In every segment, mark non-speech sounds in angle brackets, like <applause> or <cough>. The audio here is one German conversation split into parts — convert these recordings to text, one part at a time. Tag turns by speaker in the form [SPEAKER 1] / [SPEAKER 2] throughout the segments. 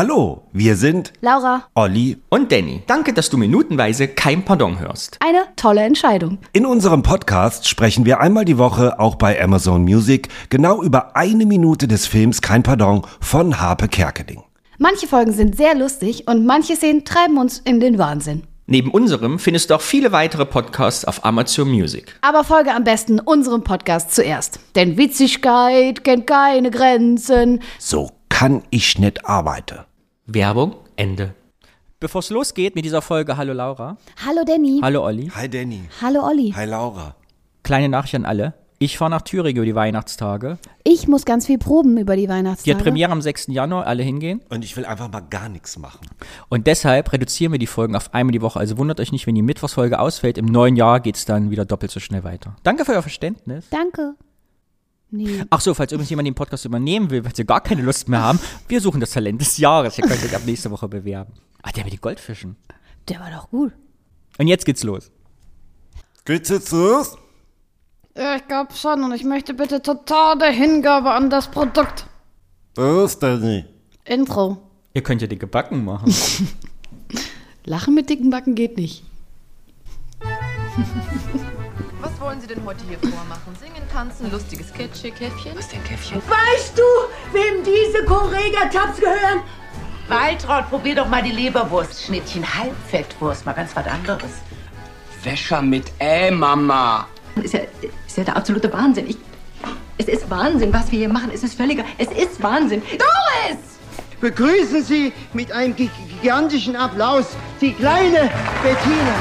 [SPEAKER 1] Hallo, wir sind
[SPEAKER 2] Laura,
[SPEAKER 1] Olli.
[SPEAKER 3] Und Danny, danke, dass du minutenweise kein Pardon hörst.
[SPEAKER 2] eine tolle Entscheidung.
[SPEAKER 1] In unserem Podcast sprechen wir einmal die Woche auch bei Amazon Music genau über eine Minute des Films Kein Pardon von Harpe Kerkeling.
[SPEAKER 2] Manche Folgen sind sehr lustig und manche Szenen treiben uns in den Wahnsinn.
[SPEAKER 3] Neben unserem findest du auch viele weitere Podcasts auf Amazon Music.
[SPEAKER 2] Aber folge am besten unserem Podcast zuerst. Denn Witzigkeit kennt keine Grenzen.
[SPEAKER 1] So kann ich nicht arbeiten.
[SPEAKER 3] Werbung, Ende.
[SPEAKER 4] Bevor es losgeht mit dieser Folge, hallo Laura,
[SPEAKER 2] Hallo Danny.
[SPEAKER 4] hallo Olli,
[SPEAKER 1] Hi Danny.
[SPEAKER 2] Hallo Olli.
[SPEAKER 1] Hi Laura.
[SPEAKER 4] kleine Nachricht an alle. Ich fahre nach Thüringen über die Weihnachtstage.
[SPEAKER 2] Ich muss ganz viel proben über die ne?
[SPEAKER 4] Die
[SPEAKER 2] Weihnachtstage.
[SPEAKER 4] hat Premiere am 6. Januar, alle hingehen.
[SPEAKER 1] Und ich will einfach mal gar nichts machen.
[SPEAKER 4] Und deshalb reduzieren wir die Folgen auf einmal die Woche. Also wundert euch nicht, wenn die Mittwochsfolge ausfällt. Im neuen Jahr geht es dann wieder doppelt so schnell weiter. Danke für euer Verständnis.
[SPEAKER 2] Danke. Nee.
[SPEAKER 4] Ach so, falls übrigens jemand den Podcast übernehmen will, weil sie gar keine Lust mehr haben, wir suchen das Talent des Jahres. Ihr könnt euch ab nächste Woche bewerben. Ah, der mit den Goldfischen.
[SPEAKER 2] Der war doch gut.
[SPEAKER 4] Und jetzt geht's los.
[SPEAKER 1] Geht's jetzt los?
[SPEAKER 5] Ja, ich glaube schon und ich möchte bitte totale Hingabe an das Produkt.
[SPEAKER 1] Los, Danny.
[SPEAKER 5] Intro.
[SPEAKER 4] Ihr könnt ja dicke Backen machen.
[SPEAKER 2] Lachen mit dicken Backen geht nicht.
[SPEAKER 6] Was wollen Sie denn heute hier vormachen? Singen, tanzen, lustiges Kitschig, Käffchen? Was denn Käffchen?
[SPEAKER 7] Weißt du, wem diese Korega-Tabs gehören?
[SPEAKER 8] Waltraud, probier doch mal die Leberwurstschnittchen. Halbfettwurst, mal ganz was anderes.
[SPEAKER 9] Wäscher mit Ä, Mama.
[SPEAKER 7] Ist ja, ist ja der absolute Wahnsinn. Ich, es ist Wahnsinn, was wir hier machen. Es ist völliger. Es ist Wahnsinn. Doris!
[SPEAKER 10] begrüßen Sie mit einem gi- gigantischen Applaus die kleine Bettina.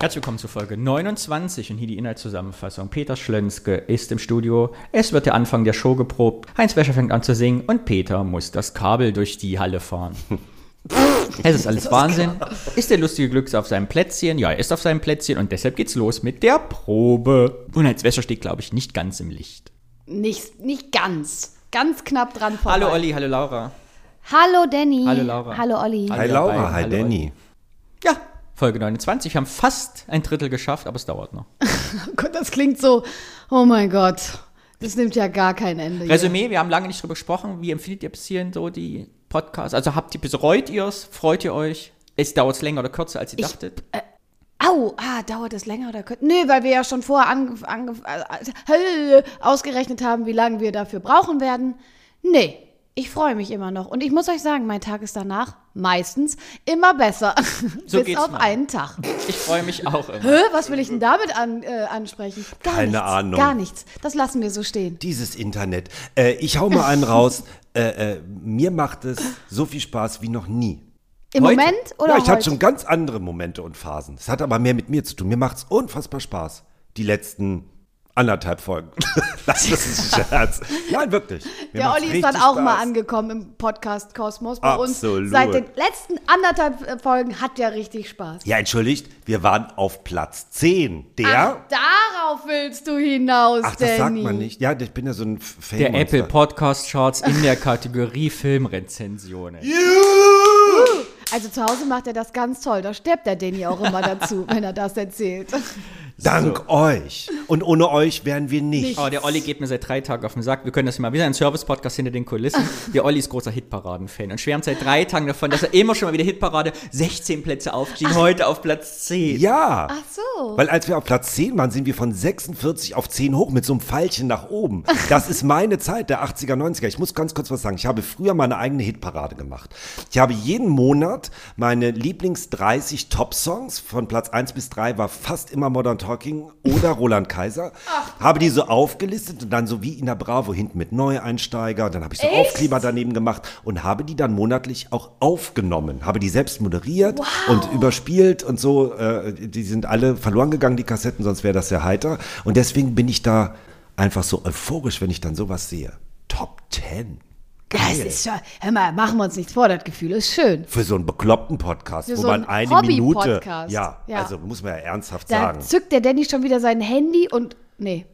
[SPEAKER 4] Herzlich willkommen zu Folge 29 und hier die Inhaltszusammenfassung. Peter Schlönske ist im Studio, es wird der Anfang der Show geprobt, Heinz Wäscher fängt an zu singen und Peter muss das Kabel durch die Halle fahren. es ist alles Wahnsinn. Ist der lustige Glücks auf seinem Plätzchen? Ja, er ist auf seinem Plätzchen und deshalb geht's los mit der Probe. Und Heinz Wäscher steht, glaube ich, nicht ganz im Licht.
[SPEAKER 2] Nicht, nicht ganz. Ganz knapp dran vorbei.
[SPEAKER 4] Hallo Olli, hallo Laura.
[SPEAKER 2] Hallo Danny.
[SPEAKER 4] Hallo Laura.
[SPEAKER 2] Hallo Olli.
[SPEAKER 1] Hi
[SPEAKER 4] ihr
[SPEAKER 1] Laura,
[SPEAKER 4] beiden.
[SPEAKER 1] hi
[SPEAKER 4] Hallo,
[SPEAKER 1] Danny.
[SPEAKER 4] Ja, Folge 29. Wir haben fast ein Drittel geschafft, aber es dauert noch.
[SPEAKER 2] Oh Gott, das klingt so. Oh mein Gott. Das nimmt ja gar kein Ende. hier.
[SPEAKER 4] Resümee, Also, wir haben lange nicht drüber gesprochen. Wie empfindet ihr bis hierhin so die Podcasts? Also habt ihr, bereut ihr es? Freut ihr euch? Es dauert es länger oder kürzer, als ihr dachtet?
[SPEAKER 2] Au, ah, dauert es länger oder könnte. Nö, weil wir ja schon vorher angef- angef- äh, äh, ausgerechnet haben, wie lange wir dafür brauchen werden. Nee, ich freue mich immer noch. Und ich muss euch sagen, mein Tag ist danach meistens immer besser. <laughs>
[SPEAKER 4] So
[SPEAKER 2] Bis
[SPEAKER 4] geht's
[SPEAKER 2] auf
[SPEAKER 4] mir.
[SPEAKER 2] einen Tag.
[SPEAKER 4] Ich freue mich auch immer.
[SPEAKER 2] Hä, was will ich denn damit an, äh, ansprechen? Gar
[SPEAKER 1] Keine
[SPEAKER 2] nichts,
[SPEAKER 1] Ahnung.
[SPEAKER 2] Gar nichts. Das lassen wir so stehen.
[SPEAKER 1] Dieses Internet. Äh, ich hau mal einen raus. Äh, äh, mir macht es so viel Spaß wie noch nie.
[SPEAKER 2] Im
[SPEAKER 4] Heute?
[SPEAKER 2] Moment oder halt
[SPEAKER 1] ja, ich
[SPEAKER 2] heute?
[SPEAKER 1] hatte schon ganz andere Momente und Phasen. Es hat aber mehr mit mir zu tun. Mir macht es unfassbar Spaß. Die letzten anderthalb Folgen. <laughs> das ist
[SPEAKER 2] <laughs>
[SPEAKER 1] ein Scherz. Nein, wirklich. Mir
[SPEAKER 2] Der
[SPEAKER 1] macht's
[SPEAKER 2] Olli ist
[SPEAKER 1] richtig
[SPEAKER 2] dann auch mal
[SPEAKER 1] Spaß.
[SPEAKER 2] angekommen im Podcast Kosmos bei
[SPEAKER 1] Absolut.
[SPEAKER 2] uns. Seit den letzten anderthalb äh, Folgen hat ja richtig Spaß.
[SPEAKER 1] Ja, entschuldigt, wir waren auf Platz 10. Der.
[SPEAKER 2] Ach, darauf willst du hinaus,
[SPEAKER 1] Ach, das
[SPEAKER 2] Danny.
[SPEAKER 1] sagt man nicht. Ja, ich bin ja so ein Fan.
[SPEAKER 4] Der Apple Podcast Charts in der Kategorie Filmrezensionen.
[SPEAKER 2] Also zu Hause macht er das ganz toll. Da stirbt der Danny auch immer dazu, <laughs> wenn er das erzählt.
[SPEAKER 1] Dank euch. Und ohne euch wären wir nicht.
[SPEAKER 4] Oh, der Olli geht mir seit drei Tagen auf den Sack. Wir können das immer. Wir sind ein Service-Podcast hinter den Kulissen. Der Olli ist großer Hitparaden-Fan und schwärmt seit drei Tagen davon, dass er immer schon mal wieder Hitparade 16 Plätze aufstieg, heute auf Platz 10.
[SPEAKER 1] Ja.
[SPEAKER 2] Ach so.
[SPEAKER 1] Weil als wir auf Platz 10 waren, sind wir von 46 auf 10 hoch mit so einem Pfeilchen nach
[SPEAKER 2] <laughs>
[SPEAKER 1] oben. Das ist meine Zeit der 80er, 90er. Ich muss ganz kurz was sagen. Ich habe früher meine eigene Hitparade gemacht. Ich habe jeden Monat meine Lieblings 30 Top-Songs von Platz 1 bis 3 war fast immer Modern Talking
[SPEAKER 2] <laughs>
[SPEAKER 1] oder Roland Kaiser. Habe die so aufgelistet und dann so wie in der Bravo hinten mit Neueinsteiger. Dann habe ich so Aufkleber daneben gemacht und habe die dann monatlich auch aufgenommen. Habe die selbst moderiert und überspielt und so. Äh, die sind alle verloren gegangen, die Kassetten, sonst wäre das ja heiter. Und deswegen bin ich da einfach so euphorisch, wenn ich dann sowas sehe. Top 10.
[SPEAKER 2] Das ist schon, hör mal, machen wir uns nichts vor, das Gefühl ist schön.
[SPEAKER 1] Für so einen bekloppten Podcast,
[SPEAKER 2] Für
[SPEAKER 1] wo
[SPEAKER 2] so
[SPEAKER 1] man
[SPEAKER 2] einen
[SPEAKER 1] eine Minute.
[SPEAKER 2] Hobby-Podcast.
[SPEAKER 1] Ja,
[SPEAKER 2] Ja.
[SPEAKER 1] also muss man ja ernsthaft
[SPEAKER 2] Da
[SPEAKER 1] sagen.
[SPEAKER 2] zückt der Danny schon wieder sein Handy und, nee,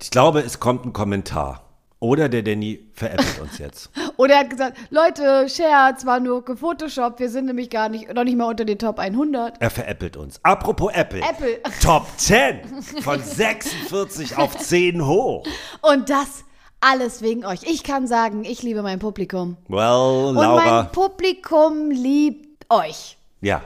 [SPEAKER 1] Ich glaube, es kommt ein Kommentar. Oder der Danny veräppelt uns jetzt.
[SPEAKER 2] Oder er hat gesagt, Leute, Scherz war nur gefotoshoppt, wir sind nämlich gar nicht, noch nicht mal unter den Top 100.
[SPEAKER 1] Er veräppelt uns. Apropos Apple.
[SPEAKER 2] Apple.
[SPEAKER 1] <laughs> Top 10 von 46 auf 10 hoch.
[SPEAKER 2] Und das alles wegen euch. Ich kann sagen, ich liebe mein Publikum.
[SPEAKER 1] Well,
[SPEAKER 2] Und mein
[SPEAKER 1] Laura.
[SPEAKER 2] Publikum liebt euch.
[SPEAKER 1] Ja,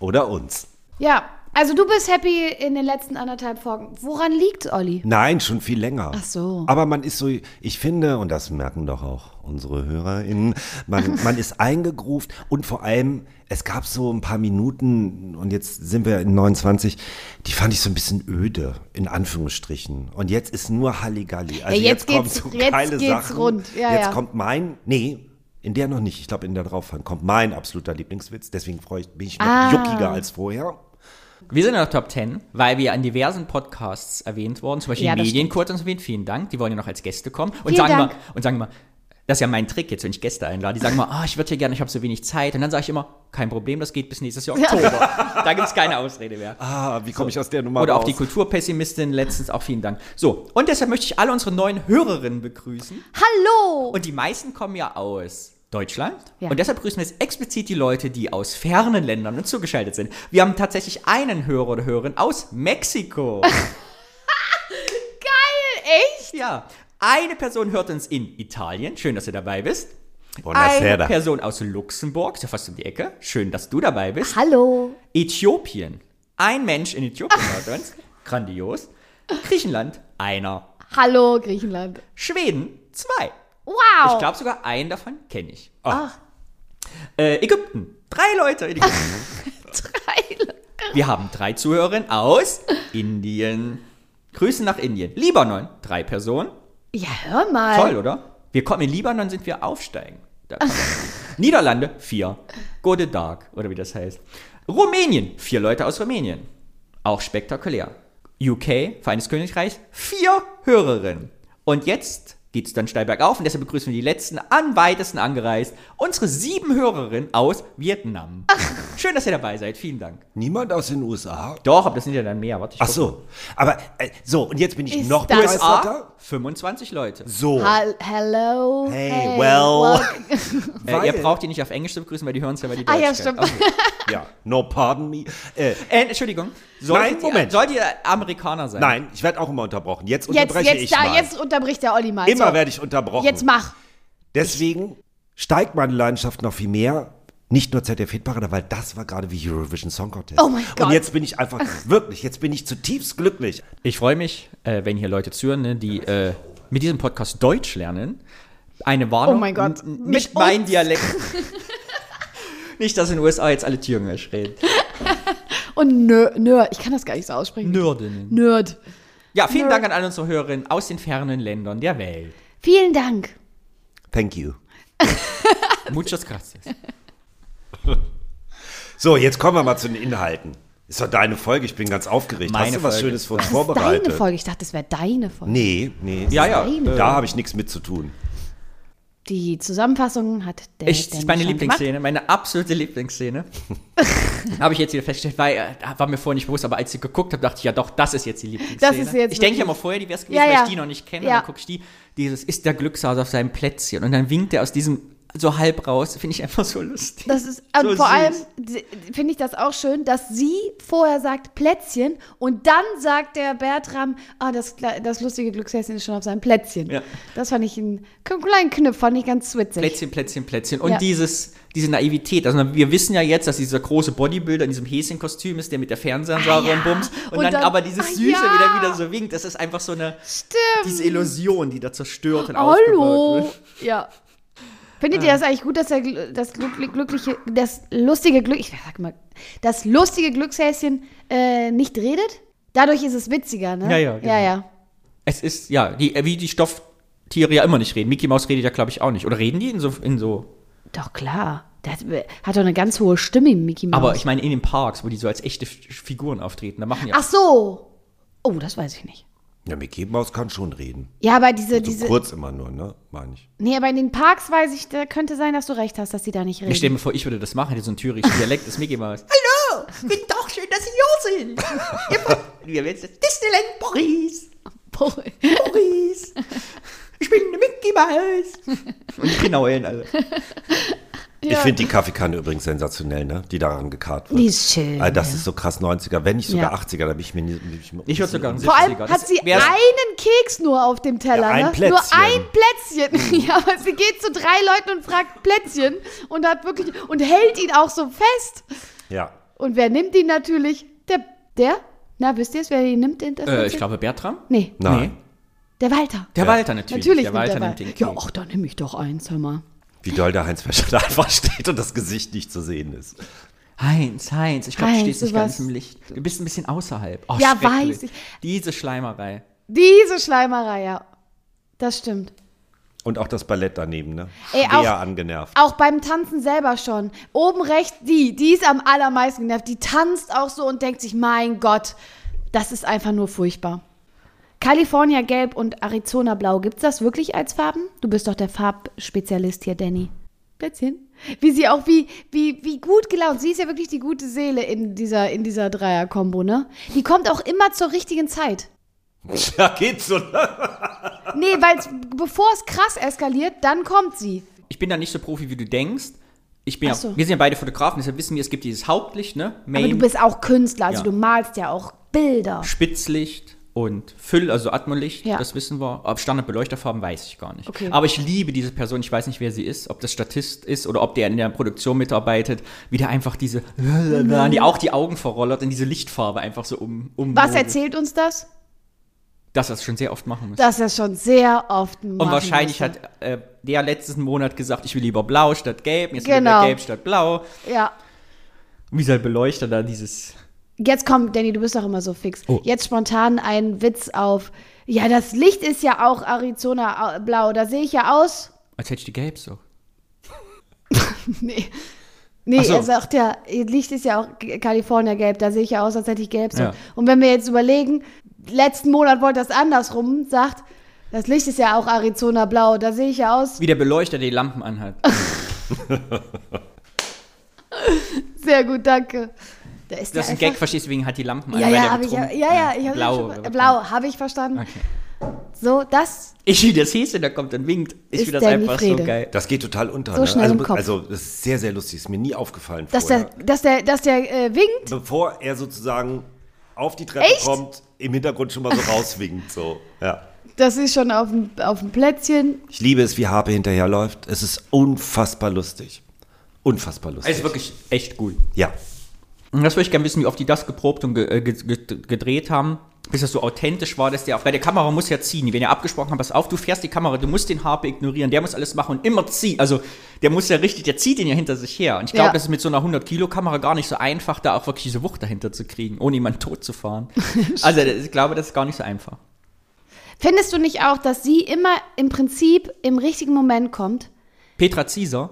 [SPEAKER 1] oder uns.
[SPEAKER 2] Ja, also du bist happy in den letzten anderthalb Folgen. Woran liegt Olli?
[SPEAKER 1] Nein, schon viel länger.
[SPEAKER 2] Ach so.
[SPEAKER 1] Aber man ist so, ich finde, und das merken doch auch unsere HörerInnen,
[SPEAKER 2] <laughs>
[SPEAKER 1] man, man ist eingegruft und vor allem, es gab so ein paar Minuten, und jetzt sind wir in 29, die fand ich so ein bisschen öde, in Anführungsstrichen. Und jetzt ist nur Halligalli. Also
[SPEAKER 2] Ja, jetzt
[SPEAKER 1] jetzt, kommen
[SPEAKER 2] geht's-
[SPEAKER 1] so
[SPEAKER 2] jetzt
[SPEAKER 1] geile
[SPEAKER 2] geht's
[SPEAKER 1] Sachen.
[SPEAKER 2] rund. Ja,
[SPEAKER 1] jetzt
[SPEAKER 2] ja.
[SPEAKER 1] kommt mein, nee, in der noch nicht, ich glaube in der drauf kommt mein absoluter Lieblingswitz, deswegen freue ich, bin ich noch
[SPEAKER 2] Ah.
[SPEAKER 1] juckiger als vorher.
[SPEAKER 4] Wir sind in der Top 10, weil wir an diversen Podcasts erwähnt wurden, zum Beispiel
[SPEAKER 2] Ja,
[SPEAKER 4] ja,
[SPEAKER 2] das
[SPEAKER 4] Medien kurz uns erwähnt. Vielen Dank, die wollen ja noch als Gäste kommen. Und
[SPEAKER 2] Vielen
[SPEAKER 4] sagen
[SPEAKER 2] Dank.
[SPEAKER 4] mal, und sagen mal, das ist ja mein Trick jetzt, wenn ich Gäste einlade. Die sagen mal, ah, ich würde hier gerne, ich habe so wenig Zeit. Und dann sage ich immer, kein Problem, das geht bis
[SPEAKER 2] <laughs>
[SPEAKER 4] nächstes Jahr Oktober. da gibt es keine Ausrede mehr.
[SPEAKER 1] Ah, wie komme ich aus der Nummer
[SPEAKER 4] Oder auch
[SPEAKER 1] raus?
[SPEAKER 4] die Kulturpessimistin letztens, auch vielen Dank. So, und deshalb möchte ich alle unsere neuen Hörerinnen begrüßen.
[SPEAKER 2] Hallo!
[SPEAKER 4] Und die meisten kommen ja aus Deutschland.
[SPEAKER 2] Ja.
[SPEAKER 4] Und deshalb grüßen wir jetzt explizit die Leute, die aus fernen Ländern uns zugeschaltet sind. Wir haben tatsächlich einen Hörer oder Hörerin aus Mexiko.
[SPEAKER 2] Geil, echt?
[SPEAKER 4] ja. Eine Person hört uns in Italien. Schön, dass du dabei bist. Eine
[SPEAKER 1] Buonasera.
[SPEAKER 4] Person aus Luxemburg, ist ja fast um die Ecke. Schön, dass du dabei bist.
[SPEAKER 2] Hallo!
[SPEAKER 4] Äthiopien. Ein Mensch in Äthiopien hört uns. Grandios. Griechenland. Einer.
[SPEAKER 2] Hallo, Griechenland.
[SPEAKER 4] Schweden. Zwei.
[SPEAKER 2] Wow!
[SPEAKER 4] Ich glaube sogar einen davon kenne ich. Oh. Äh, Ägypten. Drei Leute in Ägypten.
[SPEAKER 2] Geil.
[SPEAKER 4] Wir haben drei Zuhörerinnen aus Indien. Grüße nach Indien. Libanon, drei Personen.
[SPEAKER 2] <laughs> Ja, hör mal.
[SPEAKER 4] Toll, oder? Wir kommen in Libanon, sind wir aufsteigen. Da
[SPEAKER 2] <laughs>
[SPEAKER 4] kommen wir. Niederlande, vier. Gode Dark, oder wie das heißt. Rumänien, vier Leute aus Rumänien. Auch spektakulär. UK, Vereintes Königreich, vier Hörerinnen. Und jetzt geht's dann steil bergauf und deshalb begrüßen wir die letzten, am weitesten angereist, unsere sieben Hörerinnen aus Vietnam. Schön, dass ihr dabei seid. Vielen Dank.
[SPEAKER 1] Niemand aus den USA?
[SPEAKER 4] Doch, aber das sind ja dann mehr. Warte, ich
[SPEAKER 1] Ach
[SPEAKER 4] guck
[SPEAKER 1] so. Aber äh, so, und jetzt bin ich
[SPEAKER 2] Ist
[SPEAKER 1] noch
[SPEAKER 2] das-
[SPEAKER 1] begeisterter.
[SPEAKER 4] USA 25 Leute.
[SPEAKER 1] So.
[SPEAKER 2] Hal hello.
[SPEAKER 1] Hey, well.
[SPEAKER 2] welcome.
[SPEAKER 4] Äh, ihr braucht die nicht auf Englisch zu begrüßen, weil die hören es ja bei die
[SPEAKER 2] Ah, ja,
[SPEAKER 4] Deutschen.
[SPEAKER 2] stimmt.
[SPEAKER 4] Okay.
[SPEAKER 1] Ja, no pardon me. Äh,
[SPEAKER 4] Äh, Entschuldigung.
[SPEAKER 1] Nein, Moment.
[SPEAKER 4] Ihr, sollt ihr Amerikaner sein?
[SPEAKER 1] nein, ich werde auch immer unterbrochen. Jetzt
[SPEAKER 2] Jetzt,
[SPEAKER 1] unterbreche
[SPEAKER 2] jetzt,
[SPEAKER 1] ich
[SPEAKER 2] da,
[SPEAKER 1] mal.
[SPEAKER 2] jetzt unterbricht der Olli mal.
[SPEAKER 1] Immer
[SPEAKER 2] so.
[SPEAKER 1] werde ich unterbrochen.
[SPEAKER 2] Jetzt mach.
[SPEAKER 1] Deswegen steigt meine Leidenschaft noch viel mehr. Nicht nur zdf parade weil das war gerade wie Eurovision Song Contest.
[SPEAKER 2] Oh mein Gott.
[SPEAKER 1] Und jetzt bin ich einfach, wirklich, jetzt bin ich zutiefst glücklich.
[SPEAKER 4] Ich freue mich, äh, wenn hier Leute zuhören, ne, die äh, mit diesem Podcast Deutsch lernen. Eine Warnung.
[SPEAKER 2] Oh mein Gott.
[SPEAKER 4] n- n-
[SPEAKER 2] Mit
[SPEAKER 4] Nicht mein Dialekt. <laughs> nicht, dass in den USA jetzt alle Thüringisch reden.
[SPEAKER 2] Und nö, nö, ich kann das gar nicht so aussprechen.
[SPEAKER 4] Nördinnen.
[SPEAKER 2] Nerd.
[SPEAKER 4] Ja, vielen Dank an alle unsere Hörerinnen aus den fernen Ländern der Welt.
[SPEAKER 2] Vielen Dank.
[SPEAKER 1] Thank you.
[SPEAKER 4] Muchas gracias.
[SPEAKER 1] So, jetzt kommen wir mal zu den Inhalten. Ist doch deine Folge, ich bin ganz aufgeregt.
[SPEAKER 4] Meine
[SPEAKER 1] Hast du was
[SPEAKER 4] Folge.
[SPEAKER 1] Schönes für uns
[SPEAKER 2] Deine
[SPEAKER 1] vorbereitet?
[SPEAKER 2] Folge. Ich dachte, das wäre deine Folge.
[SPEAKER 1] Nee, nee.
[SPEAKER 4] Ja, ja.
[SPEAKER 2] Deine.
[SPEAKER 4] Äh,
[SPEAKER 1] Da habe ich nichts mit zu tun.
[SPEAKER 2] Die Zusammenfassung hat der.
[SPEAKER 4] Ich,
[SPEAKER 2] Danny
[SPEAKER 4] ist meine
[SPEAKER 2] schon gemacht.
[SPEAKER 4] Lieblingsszene, meine absolute Lieblingsszene.
[SPEAKER 2] <laughs>
[SPEAKER 4] habe ich jetzt wieder festgestellt, weil äh, da war mir vorher nicht bewusst, aber als ich geguckt habe, dachte ich, ja doch, das ist jetzt die Lieblingsszene.
[SPEAKER 2] Das ist jetzt
[SPEAKER 4] ich denke ja
[SPEAKER 2] wirklich-
[SPEAKER 4] mal vorher, die wäre es gewesen,
[SPEAKER 2] Ja,
[SPEAKER 4] weil
[SPEAKER 2] ja.
[SPEAKER 4] ich die noch nicht kenne.
[SPEAKER 2] Ja.
[SPEAKER 4] Und dann gucke ich die, dieses ist der Glückshaus auf seinem Plätzchen. Und dann winkt er aus diesem so halb raus, finde ich einfach so lustig.
[SPEAKER 2] Das ist, und
[SPEAKER 4] So
[SPEAKER 2] vor
[SPEAKER 4] süß.
[SPEAKER 2] allem d- finde ich das auch schön, dass sie vorher sagt Plätzchen und dann sagt der Bertram, ah, das, kle- das lustige Glückshäschen ist schon auf seinem Plätzchen.
[SPEAKER 4] Ja.
[SPEAKER 2] Das fand ich einen k- kleinen Kniff, fand ich ganz witzig.
[SPEAKER 4] Plätzchen, Plätzchen, Plätzchen. Und
[SPEAKER 2] Ja.
[SPEAKER 4] dieses, diese Naivität. Also wir wissen ja jetzt, dass dieser große Bodybuilder in diesem Häschenkostüm ist, der mit der Fernsehansagerin bumst. Und,
[SPEAKER 2] Ah, Und
[SPEAKER 4] dann,
[SPEAKER 2] dann-
[SPEAKER 4] aber dieses
[SPEAKER 2] ah,
[SPEAKER 4] Süße
[SPEAKER 2] ja.
[SPEAKER 4] wieder wieder so winkt. Das ist einfach so eine, diese Illusion, die da zerstört und aufgebaut
[SPEAKER 2] Hallo.
[SPEAKER 4] wird.
[SPEAKER 2] Ja. Findet ihr das eigentlich gut, dass der, gl- das glückli- glückliche, das lustige Glück, ich sag mal, das lustige Glückshäschen äh, nicht redet? Dadurch ist es witziger, ne?
[SPEAKER 4] Ja, ja, genau.
[SPEAKER 2] ja, ja.
[SPEAKER 4] Es ist, ja, die, wie die Stofftiere ja immer nicht reden. Mickey Mouse redet ja, glaube ich, auch nicht. Oder reden die in so, in so.
[SPEAKER 2] Doch klar. Der hat, hat doch eine ganz hohe Stimme, Mickey Mouse.
[SPEAKER 4] Aber ich meine, in den Parks, wo die so als echte F Figuren auftreten, da machen ja.
[SPEAKER 2] Hm. Ach so. Oh, das weiß ich nicht.
[SPEAKER 1] Ja, Mickey Mouse kann schon reden.
[SPEAKER 2] Ja, aber
[SPEAKER 4] Also
[SPEAKER 2] diese,
[SPEAKER 1] So
[SPEAKER 2] diese.
[SPEAKER 1] kurz immer nur, ne? Meine ich.
[SPEAKER 2] Nee, aber in den Parks weiß ich, da könnte sein, dass du recht hast, dass die da nicht reden.
[SPEAKER 4] ich stelle mir vor, ich würde das machen, hätte so einen thürischen <laughs> Dialekt, das Mickey Mouse. Hallo! Bin doch schön, dass Sie hier sind! <laughs> Immer- Wir werden jetzt Disneyland Paris!
[SPEAKER 2] Boah.
[SPEAKER 4] Paris! Ich bin der Mickey niemals. Und die Kinder heulen alle.
[SPEAKER 1] Ich finde die Kaffeekanne übrigens sensationell, ne? die daran gekarrt wird.
[SPEAKER 2] Die ist schön,
[SPEAKER 1] Ah, das
[SPEAKER 2] ja.
[SPEAKER 1] ist so krass 90er, wenn nicht sogar
[SPEAKER 2] Ja.
[SPEAKER 1] 80er, da bin ich mir nicht. bin mir
[SPEAKER 4] Ich würde sogar einen
[SPEAKER 2] Vor allem
[SPEAKER 4] 70er.
[SPEAKER 2] hat sie
[SPEAKER 4] Das wär-
[SPEAKER 2] einen Keks nur auf dem Teller.
[SPEAKER 1] Ja, ein
[SPEAKER 2] ne? Nur
[SPEAKER 1] Plätzchen.
[SPEAKER 2] ein
[SPEAKER 4] Hm.
[SPEAKER 2] Plätzchen. <laughs> Ja, aber sie geht zu drei Leuten und fragt Plätzchen und hat wirklich und hält ihn auch so fest.
[SPEAKER 1] Ja.
[SPEAKER 2] Und wer nimmt ihn natürlich? Der, der? Na, wisst ihr es, wer ihn nimmt? Den, das
[SPEAKER 4] Äh,
[SPEAKER 2] Plätzchen?
[SPEAKER 4] ich glaube Bertram.
[SPEAKER 2] Nee,
[SPEAKER 1] Nein.
[SPEAKER 2] der Walter.
[SPEAKER 4] Der Walter natürlich.
[SPEAKER 2] Natürlich
[SPEAKER 4] der
[SPEAKER 2] nimmt
[SPEAKER 4] Walter
[SPEAKER 2] der
[SPEAKER 4] nimmt
[SPEAKER 2] Walter.
[SPEAKER 4] den Keks.
[SPEAKER 2] ja, ach, dann nehme ich doch eins, hör mal.
[SPEAKER 1] Wie doll der Heinz Wäscher <laughs> da einfach steht und das Gesicht nicht zu sehen ist.
[SPEAKER 4] Heinz, Heinz, ich glaube, du
[SPEAKER 2] Heinz,
[SPEAKER 4] stehst
[SPEAKER 2] du
[SPEAKER 4] nicht ganz
[SPEAKER 2] warst-
[SPEAKER 4] im Licht. Du bist ein bisschen außerhalb. Oh,
[SPEAKER 2] Ja,
[SPEAKER 4] schrecklich.
[SPEAKER 2] weiß ich.
[SPEAKER 4] Diese Schleimerei.
[SPEAKER 2] Diese Schleimerei, ja. Das stimmt.
[SPEAKER 1] Und auch das Ballett daneben, ne?
[SPEAKER 2] Ey,
[SPEAKER 1] Schwer
[SPEAKER 2] auch-
[SPEAKER 1] angenervt.
[SPEAKER 2] Auch beim Tanzen selber schon. Oben rechts die, die ist am allermeisten genervt. Die tanzt auch so und denkt sich, mein Gott, das ist einfach nur furchtbar. California Gelb und Arizona Blau, gibt's das wirklich als Farben? Du bist doch der Farbspezialist hier, Danny. Plätzchen. Wie sie auch, wie, wie, wie gut gelaunt. Sie ist ja wirklich die gute Seele in dieser, in dieser Dreier-Kombo, ne? Die kommt auch immer zur richtigen Zeit.
[SPEAKER 1] Da geht's so.
[SPEAKER 2] Nee, weil bevor es krass eskaliert, dann kommt sie.
[SPEAKER 4] Ich bin da nicht so Profi, wie du denkst. Ich bin
[SPEAKER 2] Ach
[SPEAKER 4] ja,
[SPEAKER 2] so.
[SPEAKER 4] Wir sind ja beide Fotografen, deshalb wissen wir, es gibt dieses Hauptlicht, ne? Main,
[SPEAKER 2] Aber du bist auch Künstler, also
[SPEAKER 4] Ja.
[SPEAKER 2] du malst ja auch Bilder.
[SPEAKER 4] Spitzlicht und Füll, also Atmolicht,
[SPEAKER 2] Ja.
[SPEAKER 4] das wissen wir. Ob Standardbeleuchterfarben, weiß ich gar nicht.
[SPEAKER 2] Okay.
[SPEAKER 4] Aber ich liebe diese Person, ich weiß nicht, wer sie ist, ob das Statist ist oder ob der in der Produktion mitarbeitet, wie der einfach diese,
[SPEAKER 2] Mhm.
[SPEAKER 4] die auch die Augen verrollert in diese Lichtfarbe einfach so um. um
[SPEAKER 2] Was erzählt uns das?
[SPEAKER 4] Dass das schon sehr oft machen muss.
[SPEAKER 2] Dass er schon sehr oft machen
[SPEAKER 4] Und wahrscheinlich
[SPEAKER 2] musste.
[SPEAKER 4] hat äh, der letzten Monat gesagt, ich will lieber blau statt gelb, jetzt
[SPEAKER 2] Genau.
[SPEAKER 4] lieber gelb statt blau.
[SPEAKER 2] Ja.
[SPEAKER 4] Wie soll Beleuchter da dieses.
[SPEAKER 2] Jetzt komm, Danny, du bist doch immer so fix.
[SPEAKER 4] Oh.
[SPEAKER 2] Jetzt spontan ein Witz auf. Ja, das Licht ist ja auch Arizona äh, blau. Da sehe ich ja aus. <laughs>
[SPEAKER 4] Als hätte ich die gelb so.
[SPEAKER 2] Nee. Nee,
[SPEAKER 4] so.
[SPEAKER 2] er sagt ja, ihr Licht ist ja auch G- California gelb. Da sehe ich ja aus, als hätte ich gelb. So.
[SPEAKER 4] Ja.
[SPEAKER 2] Und wenn wir jetzt überlegen, letzten Monat wollte das andersrum, sagt, das Licht ist ja auch Arizona blau. Da sehe ich ja aus.
[SPEAKER 4] Wie der Beleuchter, der die
[SPEAKER 2] <laughs>
[SPEAKER 4] Lampen anhat.
[SPEAKER 2] Sehr gut, danke. Da ist
[SPEAKER 4] Das ist
[SPEAKER 2] der
[SPEAKER 4] ein
[SPEAKER 2] einfach-
[SPEAKER 4] Gag, verstehst du, wegen hat die Lampen
[SPEAKER 2] Ja,
[SPEAKER 4] an. weil
[SPEAKER 2] ja,
[SPEAKER 4] der
[SPEAKER 2] habe ich ja,
[SPEAKER 4] betrunken-
[SPEAKER 2] ja, ja, ich habe
[SPEAKER 4] blau.
[SPEAKER 2] schon, blau habe ich verstanden.
[SPEAKER 4] Okay.
[SPEAKER 2] So, das
[SPEAKER 4] Ich wie das Häschen da kommt und winkt. Ich
[SPEAKER 2] Ist
[SPEAKER 4] finde das
[SPEAKER 2] Danny
[SPEAKER 4] einfach so
[SPEAKER 2] Frede.
[SPEAKER 4] geil.
[SPEAKER 1] Das geht total unter.
[SPEAKER 2] So
[SPEAKER 1] ne?
[SPEAKER 2] schnell
[SPEAKER 1] also,
[SPEAKER 2] im Kopf.
[SPEAKER 1] also, das ist sehr, sehr lustig. Ist mir nie aufgefallen.
[SPEAKER 2] dass der,
[SPEAKER 1] vorher.
[SPEAKER 2] dass der, dass der äh, winkt.
[SPEAKER 1] Bevor er sozusagen auf die Treppe
[SPEAKER 2] Echt?
[SPEAKER 1] kommt, im Hintergrund schon mal so rauswinkt. So. Ja.
[SPEAKER 2] Das ist schon auf dem, auf dem Plätzchen.
[SPEAKER 1] Ich liebe es, wie Harpe hinterherläuft. Es ist unfassbar lustig. Unfassbar lustig.
[SPEAKER 4] Also wirklich echt gut.
[SPEAKER 1] Ja.
[SPEAKER 4] Und das würde ich gerne wissen, wie oft die das geprobt und ge äh, ge ge gedreht haben, bis das so authentisch war, dass der auch, weil der Kamera muss ja ziehen. Wenn ihr abgesprochen habt, pass auf, du fährst die Kamera, du musst den Harpe ignorieren, der muss alles machen und immer ziehen. Also der muss ja richtig, der zieht den ja hinter sich her. Und ich glaube,
[SPEAKER 2] Ja.
[SPEAKER 4] das ist mit so einer 100-Kilo-Kamera gar nicht so einfach, da auch wirklich diese Wucht dahinter zu kriegen, ohne jemanden tot
[SPEAKER 2] <laughs>
[SPEAKER 4] zu fahren. also ich glaube, das ist gar nicht so einfach.
[SPEAKER 2] Findest du nicht auch, dass sie immer im Prinzip im richtigen Moment kommt?
[SPEAKER 4] Petra Zieser,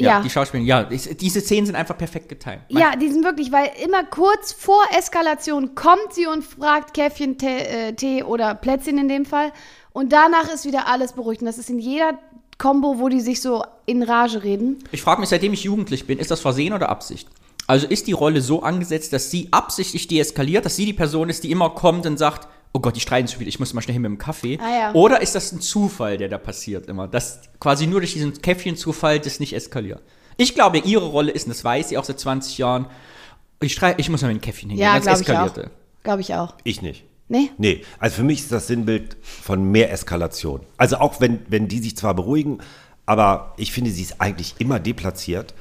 [SPEAKER 2] Ja.
[SPEAKER 4] die Schauspielerin, ja, ich, diese Szenen sind einfach perfekt geteilt.
[SPEAKER 2] ja, die sind wirklich, weil immer kurz vor Eskalation kommt sie und fragt Käffchen, Tee, äh, Tee oder Plätzchen in dem Fall. Und danach ist wieder alles beruhigt. Und das ist in jeder Combo, wo die sich so in Rage reden.
[SPEAKER 4] Ich frage mich, seitdem ich jugendlich bin, ist das Versehen oder Absicht? Also ist die Rolle so angesetzt, dass sie absichtlich deeskaliert, dass sie die Person ist, die immer kommt und sagt, oh Gott, die streiten zu viel, ich muss mal schnell hin mit dem Kaffee.
[SPEAKER 2] Ah ja.
[SPEAKER 4] Oder ist das ein Zufall, der da passiert immer? Dass quasi nur durch diesen Käffchen-Zufall das nicht eskaliert. Ich glaube, ihre Rolle ist, und das weiß sie auch seit 20 Jahren, ich, strei- ich muss mal mit dem Käffchen hingehen.
[SPEAKER 2] Ja,
[SPEAKER 4] das
[SPEAKER 2] glaube ich auch.
[SPEAKER 4] eskalierte.
[SPEAKER 2] Glaube ich auch.
[SPEAKER 1] Ich nicht.
[SPEAKER 2] Nee?
[SPEAKER 1] Nee, also für mich ist das Sinnbild von mehr Eskalation. Also auch wenn, wenn die sich zwar beruhigen, aber ich finde, sie ist eigentlich immer deplatziert.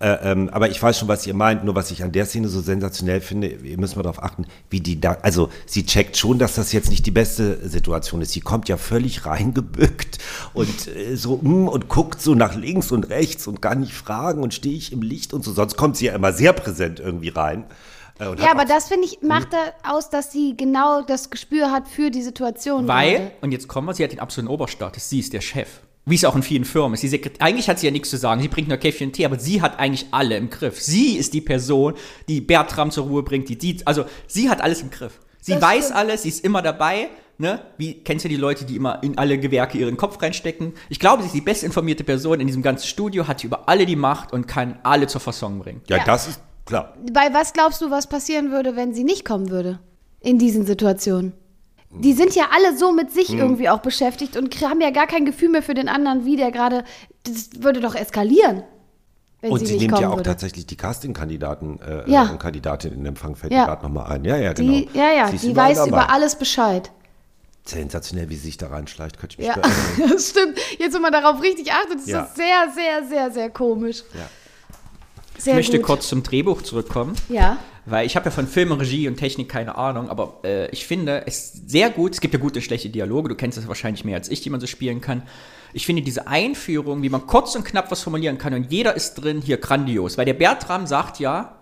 [SPEAKER 1] Äh, ähm, aber ich weiß schon, was ihr meint, nur was ich an der Szene so sensationell finde, ihr müsst mal darauf achten, wie die da, also sie checkt schon, dass das jetzt nicht die beste Situation ist. Sie kommt ja völlig reingebückt und äh, so mm, und guckt so nach links und rechts und gar nicht fragen und stehe ich im Licht und so, sonst kommt sie ja immer sehr präsent irgendwie rein. äh, und
[SPEAKER 2] Ja,
[SPEAKER 1] hat
[SPEAKER 2] aber
[SPEAKER 1] auch-
[SPEAKER 2] das finde ich,
[SPEAKER 4] Hm?
[SPEAKER 2] macht da aus, dass sie genau das Gespür hat für die Situation.
[SPEAKER 4] Weil,
[SPEAKER 2] gerade.
[SPEAKER 4] und jetzt kommen wir, sie hat den absoluten Oberstatus, sie ist der Chef. Wie es auch in vielen Firmen ist. Sie Sekret eigentlich hat sie ja nichts zu sagen. Sie bringt nur Käffchen und Tee, aber sie hat eigentlich alle im Griff. Sie ist die Person, die Bertram zur Ruhe bringt, die die, also sie hat alles im Griff. Sie
[SPEAKER 2] Das
[SPEAKER 4] weiß
[SPEAKER 2] stimmt.
[SPEAKER 4] alles, sie ist immer dabei. Ne? Wie kennst du die Leute, die immer in alle Gewerke ihren Kopf reinstecken? Ich glaube, sie ist die bestinformierte Person in diesem ganzen Studio, hat über alle die Macht und kann alle zur Fassung bringen.
[SPEAKER 1] ja, das ist klar.
[SPEAKER 2] Bei was glaubst du, was passieren würde, wenn sie nicht kommen würde? In diesen Situationen. die sind ja alle so mit
[SPEAKER 1] Hm.
[SPEAKER 2] sich irgendwie auch beschäftigt und krie- haben ja gar kein Gefühl mehr für den anderen, wie der gerade. Das würde doch eskalieren, wenn
[SPEAKER 1] Und
[SPEAKER 2] sie,
[SPEAKER 1] sie
[SPEAKER 2] nicht
[SPEAKER 1] nimmt
[SPEAKER 2] kommen
[SPEAKER 1] ja auch
[SPEAKER 2] würde.
[SPEAKER 1] tatsächlich die Casting-Kandidaten äh,
[SPEAKER 2] Ja.
[SPEAKER 1] und Kandidatinnen in Empfang, fällt
[SPEAKER 2] Ja.
[SPEAKER 1] mir gerade nochmal ein. Ja, ja, genau.
[SPEAKER 2] Die, ja, ja,
[SPEAKER 1] Sie ist
[SPEAKER 2] die
[SPEAKER 1] überall
[SPEAKER 2] weiß über
[SPEAKER 1] dabei.
[SPEAKER 2] alles Bescheid.
[SPEAKER 1] Sensationell, wie sie sich da reinschleicht, könnte ich mich
[SPEAKER 2] Ja,
[SPEAKER 1] beirren.
[SPEAKER 2] <laughs> das stimmt. Jetzt, wenn man darauf richtig achtet, ist
[SPEAKER 1] Ja.
[SPEAKER 2] das sehr, sehr, sehr, sehr komisch.
[SPEAKER 1] Ja.
[SPEAKER 2] Sehr
[SPEAKER 4] ich möchte
[SPEAKER 2] gut.
[SPEAKER 4] kurz zum Drehbuch zurückkommen.
[SPEAKER 2] Ja.
[SPEAKER 4] Weil ich habe ja von Film, Regie und Technik keine Ahnung, aber äh, ich finde es sehr gut. Es gibt ja gute, schlechte Dialoge. Du kennst das wahrscheinlich mehr als ich, die man so spielen kann. Ich finde diese Einführung, wie man kurz und knapp was formulieren kann und jeder ist drin, hier grandios. Weil der Bertram sagt ja,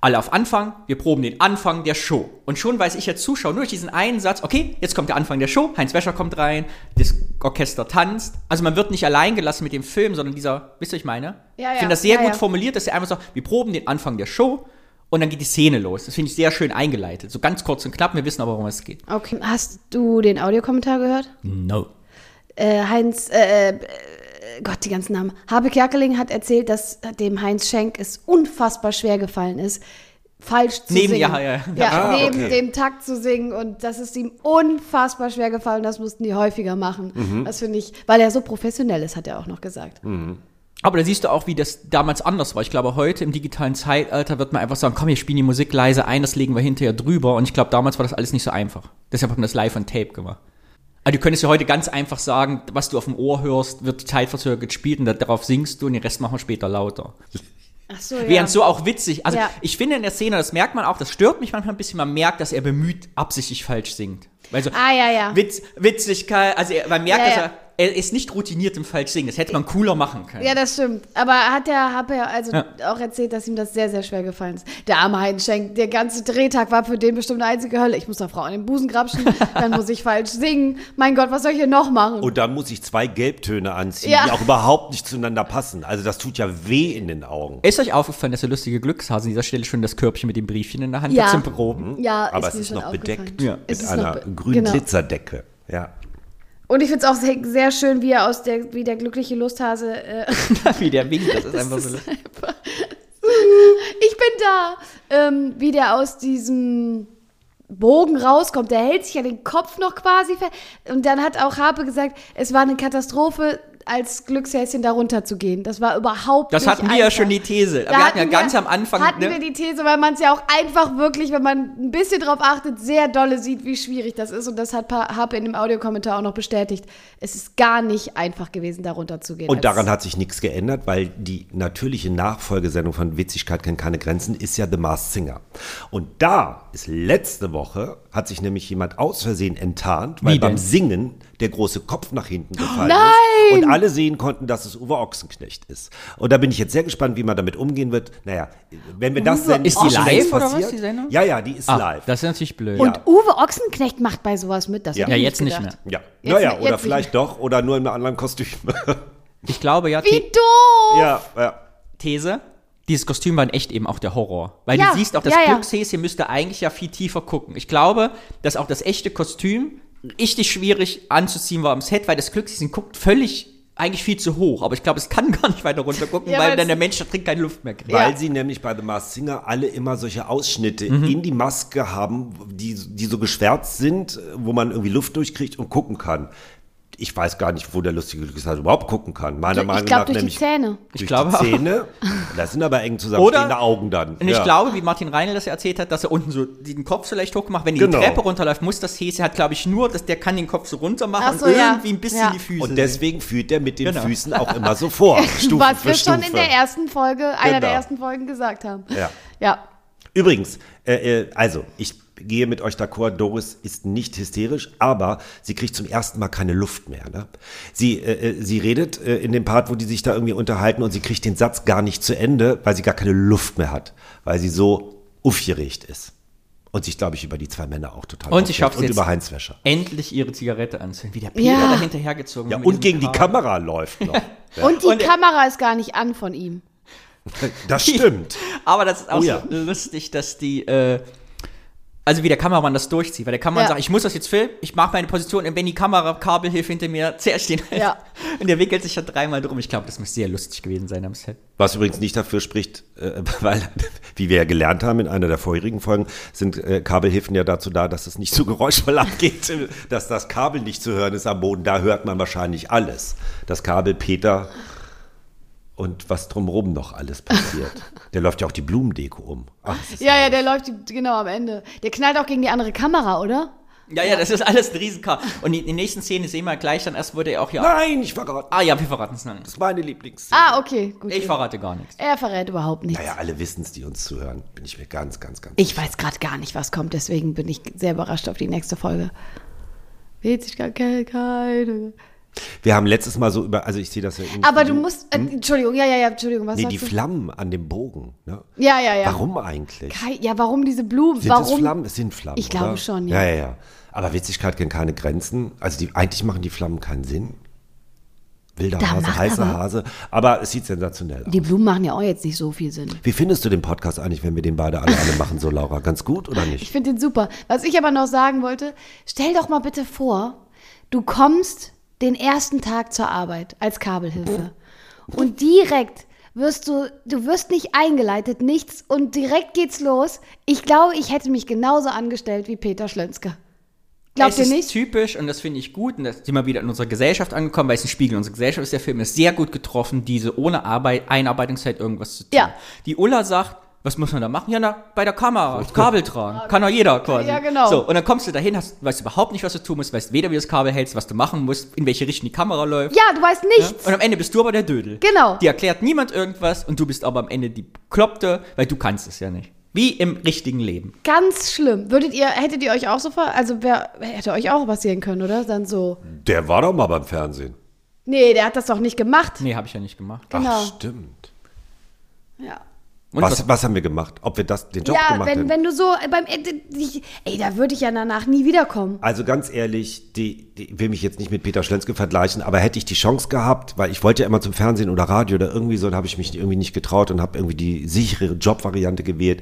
[SPEAKER 4] alle auf Anfang, wir proben den Anfang der Show. Und schon weiß ich ja Zuschauer nur durch diesen einen Satz, okay, jetzt kommt der Anfang der Show, Heinz Wäscher kommt rein, das Orchester tanzt. Also man wird nicht allein gelassen mit dem Film, sondern dieser, wisst ihr, was ich meine?
[SPEAKER 2] Ja,
[SPEAKER 4] ich
[SPEAKER 2] ja.
[SPEAKER 4] finde das sehr
[SPEAKER 2] Ja,
[SPEAKER 4] gut
[SPEAKER 2] ja.
[SPEAKER 4] formuliert, dass er einfach sagt, wir proben den Anfang der Show und dann geht die Szene los. Das finde ich sehr schön eingeleitet. So ganz kurz und knapp, wir wissen aber, worum es geht.
[SPEAKER 2] Okay. Hast du den Audiokommentar gehört?
[SPEAKER 4] No.
[SPEAKER 2] Äh, Heinz, äh, äh, Gott, die ganzen Namen. Habe Kerkeling hat erzählt, dass dem Heinz Schenk es unfassbar schwer gefallen ist, falsch zu
[SPEAKER 4] Neben-
[SPEAKER 2] singen.
[SPEAKER 4] ja, ja, ja.
[SPEAKER 1] Ah,
[SPEAKER 2] neben
[SPEAKER 1] okay.
[SPEAKER 2] dem Takt zu singen und das ist ihm unfassbar schwer gefallen. Das mussten die häufiger machen.
[SPEAKER 4] Mhm.
[SPEAKER 2] Das finde ich, weil er so professionell ist, hat er auch noch gesagt.
[SPEAKER 4] Aber da siehst du auch, wie das damals anders war. Ich glaube, heute im digitalen Zeitalter wird man einfach sagen, komm, wir spielen die Musik leise ein, das legen wir hinterher drüber. Und ich glaube, damals war das alles nicht so einfach. Deshalb hat man das live on Tape gemacht. Also du könntest ja heute ganz einfach sagen, was du auf dem Ohr hörst, wird zeitverzögert gespielt und darauf singst du und den Rest machen wir später lauter.
[SPEAKER 2] Ach so, ja.
[SPEAKER 4] Während so auch witzig. Also
[SPEAKER 2] Ja.
[SPEAKER 4] ich finde in der Szene, das merkt man auch, das stört mich manchmal ein bisschen, man merkt, dass er bemüht absichtlich falsch singt. Weil so
[SPEAKER 2] Ah, ja, ja.
[SPEAKER 4] Witz, Witzigkeit, also er, man merkt,
[SPEAKER 2] Ja,
[SPEAKER 4] dass
[SPEAKER 2] ja.
[SPEAKER 4] er, er ist nicht routiniert im falsch singen. Das hätte man cooler machen können.
[SPEAKER 2] Ja, das stimmt. Aber hat er, hat er also
[SPEAKER 4] Ja.
[SPEAKER 2] auch erzählt, dass ihm das sehr, sehr schwer gefallen ist. Der arme Heinz Schenk, der ganze Drehtag war für den bestimmt eine einzige Hölle. Ich muss der Frau an den
[SPEAKER 1] <laughs>
[SPEAKER 2] Busen grapschen, dann muss ich falsch singen. Mein Gott, was soll ich hier noch machen?
[SPEAKER 1] Und dann muss ich zwei Gelbtöne anziehen,
[SPEAKER 2] Ja.
[SPEAKER 1] die auch überhaupt nicht zueinander passen. Also das tut ja weh in den Augen.
[SPEAKER 4] Ist euch aufgefallen, dass der lustige Glückshase an dieser Stelle schon das Körbchen mit dem Briefchen in der Hand
[SPEAKER 2] Ja.
[SPEAKER 4] hat zum Proben?
[SPEAKER 2] ja,
[SPEAKER 1] Aber
[SPEAKER 2] ist
[SPEAKER 1] es
[SPEAKER 2] mir
[SPEAKER 1] ist
[SPEAKER 2] schon
[SPEAKER 1] noch
[SPEAKER 2] aufgefallen.
[SPEAKER 1] bedeckt
[SPEAKER 4] Ja.
[SPEAKER 1] mit
[SPEAKER 2] Es ist noch
[SPEAKER 1] einer
[SPEAKER 2] be-
[SPEAKER 1] grünen
[SPEAKER 2] genau.
[SPEAKER 1] Glitzerdecke. Ja.
[SPEAKER 2] Und ich finde es auch sehr, sehr schön, wie er aus der, wie der glückliche Lusthase. Äh,
[SPEAKER 4] <laughs> Wie der winkt, das ist einfach so lustig.
[SPEAKER 2] ich bin da! Ähm, wie der aus diesem Bogen rauskommt. Der hält sich ja den Kopf noch quasi fest. Und dann hat auch Harpe gesagt, es war eine Katastrophe, als Glückshäschen darunter zu gehen. Das war überhaupt
[SPEAKER 4] Das
[SPEAKER 2] nicht
[SPEAKER 4] hatten wir ja
[SPEAKER 2] einfach.
[SPEAKER 4] schon die These.
[SPEAKER 2] Da
[SPEAKER 4] wir hatten ja ganz am Anfang.
[SPEAKER 2] Hatten
[SPEAKER 4] ne?
[SPEAKER 2] wir die These, weil man es ja auch einfach wirklich, wenn man ein bisschen drauf achtet, sehr dolle sieht, wie schwierig das ist. Und das hat Pa- Harpe in dem Audiokommentar auch noch bestätigt. Es ist gar nicht einfach gewesen, darunter zu gehen.
[SPEAKER 1] Und daran hat sich nichts geändert, weil die natürliche Nachfolgesendung von Witzigkeit kennt keine Grenzen ist ja The Masked Singer. Und da ist letzte Woche, hat sich nämlich jemand aus Versehen enttarnt, weil
[SPEAKER 4] Wie denn? Oh,
[SPEAKER 1] beim Singen der große Kopf nach hinten gefallen ist. Und alle sehen konnten, dass es Uwe Ochsenknecht ist. Und da bin ich jetzt sehr gespannt, wie man damit umgehen wird. Naja, wenn wir das senden,
[SPEAKER 4] Ist die
[SPEAKER 1] schon
[SPEAKER 4] live
[SPEAKER 1] längst
[SPEAKER 4] oder was,
[SPEAKER 1] passiert.
[SPEAKER 4] die Sendung?
[SPEAKER 1] Ja, ja, die ist
[SPEAKER 4] Ah,
[SPEAKER 1] live.
[SPEAKER 4] das ist natürlich blöd.
[SPEAKER 2] Und Uwe Ochsenknecht macht bei sowas mit. Das
[SPEAKER 1] Ja.
[SPEAKER 2] hätte
[SPEAKER 4] ja,
[SPEAKER 2] ich
[SPEAKER 4] jetzt nicht
[SPEAKER 2] gedacht.
[SPEAKER 1] ja.
[SPEAKER 4] mehr.
[SPEAKER 2] Jetzt-
[SPEAKER 1] Naja,
[SPEAKER 2] jetzt
[SPEAKER 1] oder
[SPEAKER 2] nicht
[SPEAKER 1] vielleicht doch, oder nur in einem anderen Kostüm. <laughs>
[SPEAKER 4] Ich glaube ja,
[SPEAKER 2] Wie
[SPEAKER 4] The
[SPEAKER 2] doof!
[SPEAKER 1] ja, ja.
[SPEAKER 4] These, dieses Kostüm war in echt eben auch der Horror. Weil
[SPEAKER 2] Ja,
[SPEAKER 4] du siehst auch, das
[SPEAKER 2] ja, ja.
[SPEAKER 4] Glückshäschen müsste eigentlich ja viel tiefer gucken. Ich glaube, dass auch das echte Kostüm richtig schwierig anzuziehen war am Set, weil das Glückshäschen guckt völlig eigentlich viel zu hoch. Aber ich glaube, es kann <laughs> gar nicht weiter runter gucken,
[SPEAKER 2] Ja,
[SPEAKER 4] weil
[SPEAKER 2] weil's-
[SPEAKER 4] dann der Mensch da drin keine Luft mehr kriegt.
[SPEAKER 1] Weil sie nämlich bei The Masked Singer alle immer solche Ausschnitte
[SPEAKER 2] Mhm.
[SPEAKER 1] in die Maske haben, die, die so geschwärzt sind, wo man irgendwie Luft durchkriegt und gucken kann. Ich weiß gar nicht, wo der lustige Glückshase überhaupt gucken kann. Meiner
[SPEAKER 2] Ich
[SPEAKER 1] Meinung
[SPEAKER 2] glaube,
[SPEAKER 1] nach
[SPEAKER 2] durch die
[SPEAKER 1] nämlich
[SPEAKER 2] Zähne.
[SPEAKER 1] durch
[SPEAKER 4] Ich glaube auch.
[SPEAKER 1] die Zähne. Das sind aber eng zusammenstehende
[SPEAKER 4] Oder-
[SPEAKER 1] Augen dann.
[SPEAKER 4] Und ich glaube, wie Martin Reinl das erzählt hat, dass er unten so den Kopf so leicht hoch macht. Wenn die
[SPEAKER 1] Genau.
[SPEAKER 4] Treppe runterläuft, muss das Häschen hat, glaube ich, nur, dass der kann den Kopf so runter
[SPEAKER 2] Ach
[SPEAKER 4] machen
[SPEAKER 2] so,
[SPEAKER 4] und
[SPEAKER 2] ja.
[SPEAKER 4] irgendwie ein bisschen
[SPEAKER 2] Ja.
[SPEAKER 4] die Füße.
[SPEAKER 1] Und deswegen fühlt er mit den
[SPEAKER 4] Genau.
[SPEAKER 1] Füßen auch immer so vor. Stufe
[SPEAKER 2] <laughs> Was
[SPEAKER 1] für
[SPEAKER 2] wir
[SPEAKER 1] Stufe.
[SPEAKER 2] schon in der ersten Folge, einer der
[SPEAKER 1] Genau.
[SPEAKER 2] ersten Folgen gesagt haben.
[SPEAKER 1] Ja.
[SPEAKER 2] Ja.
[SPEAKER 1] Übrigens, äh, äh, also ich gehe mit euch d'accord, Doris ist nicht hysterisch, aber sie kriegt zum ersten Mal keine Luft mehr. Ne? Sie, äh, äh, sie redet äh, in dem Part, wo die sich da irgendwie unterhalten und sie kriegt den Satz gar nicht zu Ende, weil sie gar keine Luft mehr hat, weil sie so aufgeregt ist. Und sich, glaube ich, über die zwei Männer auch total
[SPEAKER 4] Und sie
[SPEAKER 1] aufregt.
[SPEAKER 4] schafft's
[SPEAKER 1] Und
[SPEAKER 4] jetzt.
[SPEAKER 1] über Heinz Wäscher.
[SPEAKER 4] Endlich ihre Zigarette anzünden, wie der Peter
[SPEAKER 2] Ja.
[SPEAKER 4] da hinterhergezogen
[SPEAKER 1] Ja,
[SPEAKER 4] wird mit
[SPEAKER 1] und
[SPEAKER 4] diesem
[SPEAKER 1] gegen die
[SPEAKER 4] Kabel.
[SPEAKER 1] Kamera läuft
[SPEAKER 4] <laughs>
[SPEAKER 1] noch.
[SPEAKER 2] Und die
[SPEAKER 4] Und-
[SPEAKER 2] Kamera ist gar nicht an von ihm.
[SPEAKER 1] Das stimmt.
[SPEAKER 4] Aber das ist auch
[SPEAKER 1] Oh ja.
[SPEAKER 4] so lustig, dass die. Äh, also wie der Kameramann das durchzieht, weil der Kameramann
[SPEAKER 2] Ja.
[SPEAKER 4] sagt, ich muss das jetzt filmen, ich mache meine Position und wenn die Kamerakabel hilft hinter mir, zerstehen.
[SPEAKER 2] Ja.
[SPEAKER 4] <laughs> Und der wickelt sich da dreimal drum. Ich glaube, das muss sehr lustig gewesen sein am Set.
[SPEAKER 1] Was übrigens nicht dafür spricht, äh, <laughs> weil, wie wir ja gelernt haben in einer der vorherigen Folgen, sind äh, Kabelhilfen ja dazu da, dass es nicht so <laughs> geräuschvoll abgeht, äh, dass das Kabel nicht zu hören ist am Boden. Da hört man wahrscheinlich alles. Das Kabel, Peter und was drumherum noch alles
[SPEAKER 2] <laughs>
[SPEAKER 1] passiert. Der läuft ja auch die Blumendeko um. Ach, das ist
[SPEAKER 2] Ja, ja, der läuft die- genau am Ende. Der knallt auch gegen die andere Kamera, oder?
[SPEAKER 4] Ja, ja, das ist alles ein Riesenkar. Und in der nächsten Szene sehen wir gleich, dann erst wurde er auch ja.
[SPEAKER 1] Nein, ich verrate.
[SPEAKER 4] Ah ja, wir verraten es dann.
[SPEAKER 1] Das ist meine Lieblings.
[SPEAKER 2] Ah, okay, gut.
[SPEAKER 4] Ich verrate gar nichts.
[SPEAKER 2] er verrät überhaupt nichts.
[SPEAKER 1] Naja, alle wissen es, die uns zuhören. Bin ich mir ganz, ganz, ganz.
[SPEAKER 2] Ich weiß gerade gar nicht, was kommt, deswegen bin ich sehr überrascht auf die nächste Folge. Wählt sich gar keine- keine.
[SPEAKER 1] Wir haben letztes Mal so über, also ich sehe das ja irgendwie.
[SPEAKER 2] Aber du musst. Äh, Entschuldigung, ja, ja, ja, Entschuldigung, was
[SPEAKER 1] Hm? Nee, die
[SPEAKER 2] sagst du?
[SPEAKER 1] Flammen an dem Bogen. Ne?
[SPEAKER 2] Ja, ja, ja.
[SPEAKER 1] Warum eigentlich?
[SPEAKER 2] Kai, ja, warum diese Blumen?
[SPEAKER 1] Sind es
[SPEAKER 2] warum?
[SPEAKER 1] Flammen? Es sind Flammen.
[SPEAKER 2] Ich glaube
[SPEAKER 1] oder?
[SPEAKER 2] schon, ja.
[SPEAKER 1] Ja, ja, ja. Aber Witzigkeit kennt keine Grenzen. Also die, eigentlich machen die Flammen keinen Sinn. Wilder
[SPEAKER 2] Da
[SPEAKER 1] Hase,
[SPEAKER 2] macht
[SPEAKER 1] heißer
[SPEAKER 2] aber-
[SPEAKER 1] Hase. Aber es sieht sensationell aus.
[SPEAKER 2] Die Blumen machen ja auch jetzt nicht so viel Sinn.
[SPEAKER 1] Wie findest du den Podcast eigentlich, wenn wir den beide alle, alle machen, so Laura? Ganz gut oder
[SPEAKER 2] Ich
[SPEAKER 1] nicht?
[SPEAKER 2] finde den super. Was ich aber noch sagen wollte, stell doch mal bitte vor, du kommst den ersten Tag zur Arbeit als Kabelhilfe und direkt wirst du, du wirst nicht eingeleitet, nichts und direkt geht's los. Ich glaube, ich hätte mich genauso angestellt wie Peter Schlönske. Glaubt
[SPEAKER 4] es
[SPEAKER 2] ihr
[SPEAKER 4] ist
[SPEAKER 2] nicht?
[SPEAKER 4] typisch und das finde ich gut und das sind wir wieder in unserer Gesellschaft angekommen, weil es ein Spiegel unserer Gesellschaft ist. Der Film ist sehr gut getroffen, diese ohne Arbeit, Einarbeitungszeit irgendwas zu tun.
[SPEAKER 2] Ja.
[SPEAKER 4] Die Ulla sagt, was muss man da machen? Ja, na, bei der Kamera, Kabel tragen. Kann doch jeder quasi.
[SPEAKER 2] Ja, genau.
[SPEAKER 4] So, und dann kommst du dahin, hast, weißt überhaupt nicht, was du tun musst, weißt weder, wie du das Kabel hältst, was du machen musst, in welche Richtung die Kamera läuft.
[SPEAKER 2] Ja, du weißt nichts.
[SPEAKER 4] Und am Ende bist du aber der Dödel.
[SPEAKER 2] Genau.
[SPEAKER 4] Die erklärt niemand irgendwas und du bist aber am Ende die Kloppte, weil du kannst es ja nicht. Wie im richtigen Leben.
[SPEAKER 2] Ganz schlimm. Würdet ihr, hättet ihr euch auch so ver... Also wer hätte euch auch passieren können, oder? Dann so.
[SPEAKER 1] Der war doch mal beim Fernsehen.
[SPEAKER 2] Nee, der hat das doch nicht gemacht.
[SPEAKER 4] Nee, habe ich ja nicht gemacht.
[SPEAKER 2] Genau.
[SPEAKER 1] Ach, stimmt.
[SPEAKER 2] Ja.
[SPEAKER 4] Und
[SPEAKER 1] Was, was haben wir gemacht? Ob wir das, den Job
[SPEAKER 2] ja,
[SPEAKER 1] gemacht
[SPEAKER 2] wenn,
[SPEAKER 1] hätten?
[SPEAKER 2] wenn du so beim Ende. dich- Ey, da würde ich ja danach nie wiederkommen.
[SPEAKER 1] Also ganz ehrlich, die, die ich will mich jetzt nicht mit Peter Schlenske vergleichen, aber hätte ich die Chance gehabt, weil ich wollte ja immer zum Fernsehen oder Radio oder irgendwie so, und habe ich mich irgendwie nicht getraut und habe irgendwie die sichere Jobvariante gewählt.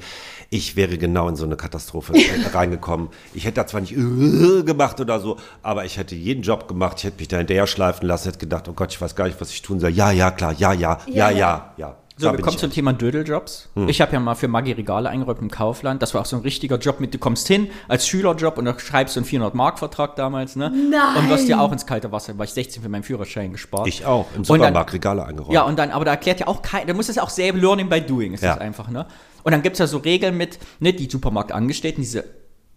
[SPEAKER 1] Ich wäre genau in so eine
[SPEAKER 4] <laughs>
[SPEAKER 1] Katastrophe äh, reingekommen. Ich hätte da zwar nicht äh, gemacht oder so, aber ich hätte jeden Job gemacht. Ich hätte mich da hinterher schleifen lassen, hätte gedacht, oh Gott, ich weiß gar nicht, was ich tun soll. Ja, ja, klar, ja, ja, ja, ja, ja.
[SPEAKER 4] So,
[SPEAKER 1] Da
[SPEAKER 4] wir
[SPEAKER 1] bin
[SPEAKER 4] kommen
[SPEAKER 1] ich Hm.
[SPEAKER 4] zum Thema Dödeljobs. Ich habe ja mal für Maggi Regale eingeräumt im Kaufland. Das war auch so ein richtiger Job mit, du kommst hin als Schülerjob und dann schreibst du einen 400-Mark-Vertrag damals, ne? Nein. Und wirst ja auch ins kalte Wasser, weil ich 16 für meinen Führerschein gespart.
[SPEAKER 1] Ich auch, im
[SPEAKER 4] Und dann-
[SPEAKER 1] Supermarkt Regale eingeräumt.
[SPEAKER 4] Ja, und dann, aber da erklärt ja auch kein, da muss es ja auch selber Learning by Doing, ist
[SPEAKER 1] Ja.
[SPEAKER 4] das einfach, ne? Und dann gibt's ja so Regeln mit, ne, die Supermarktangestellten, diese,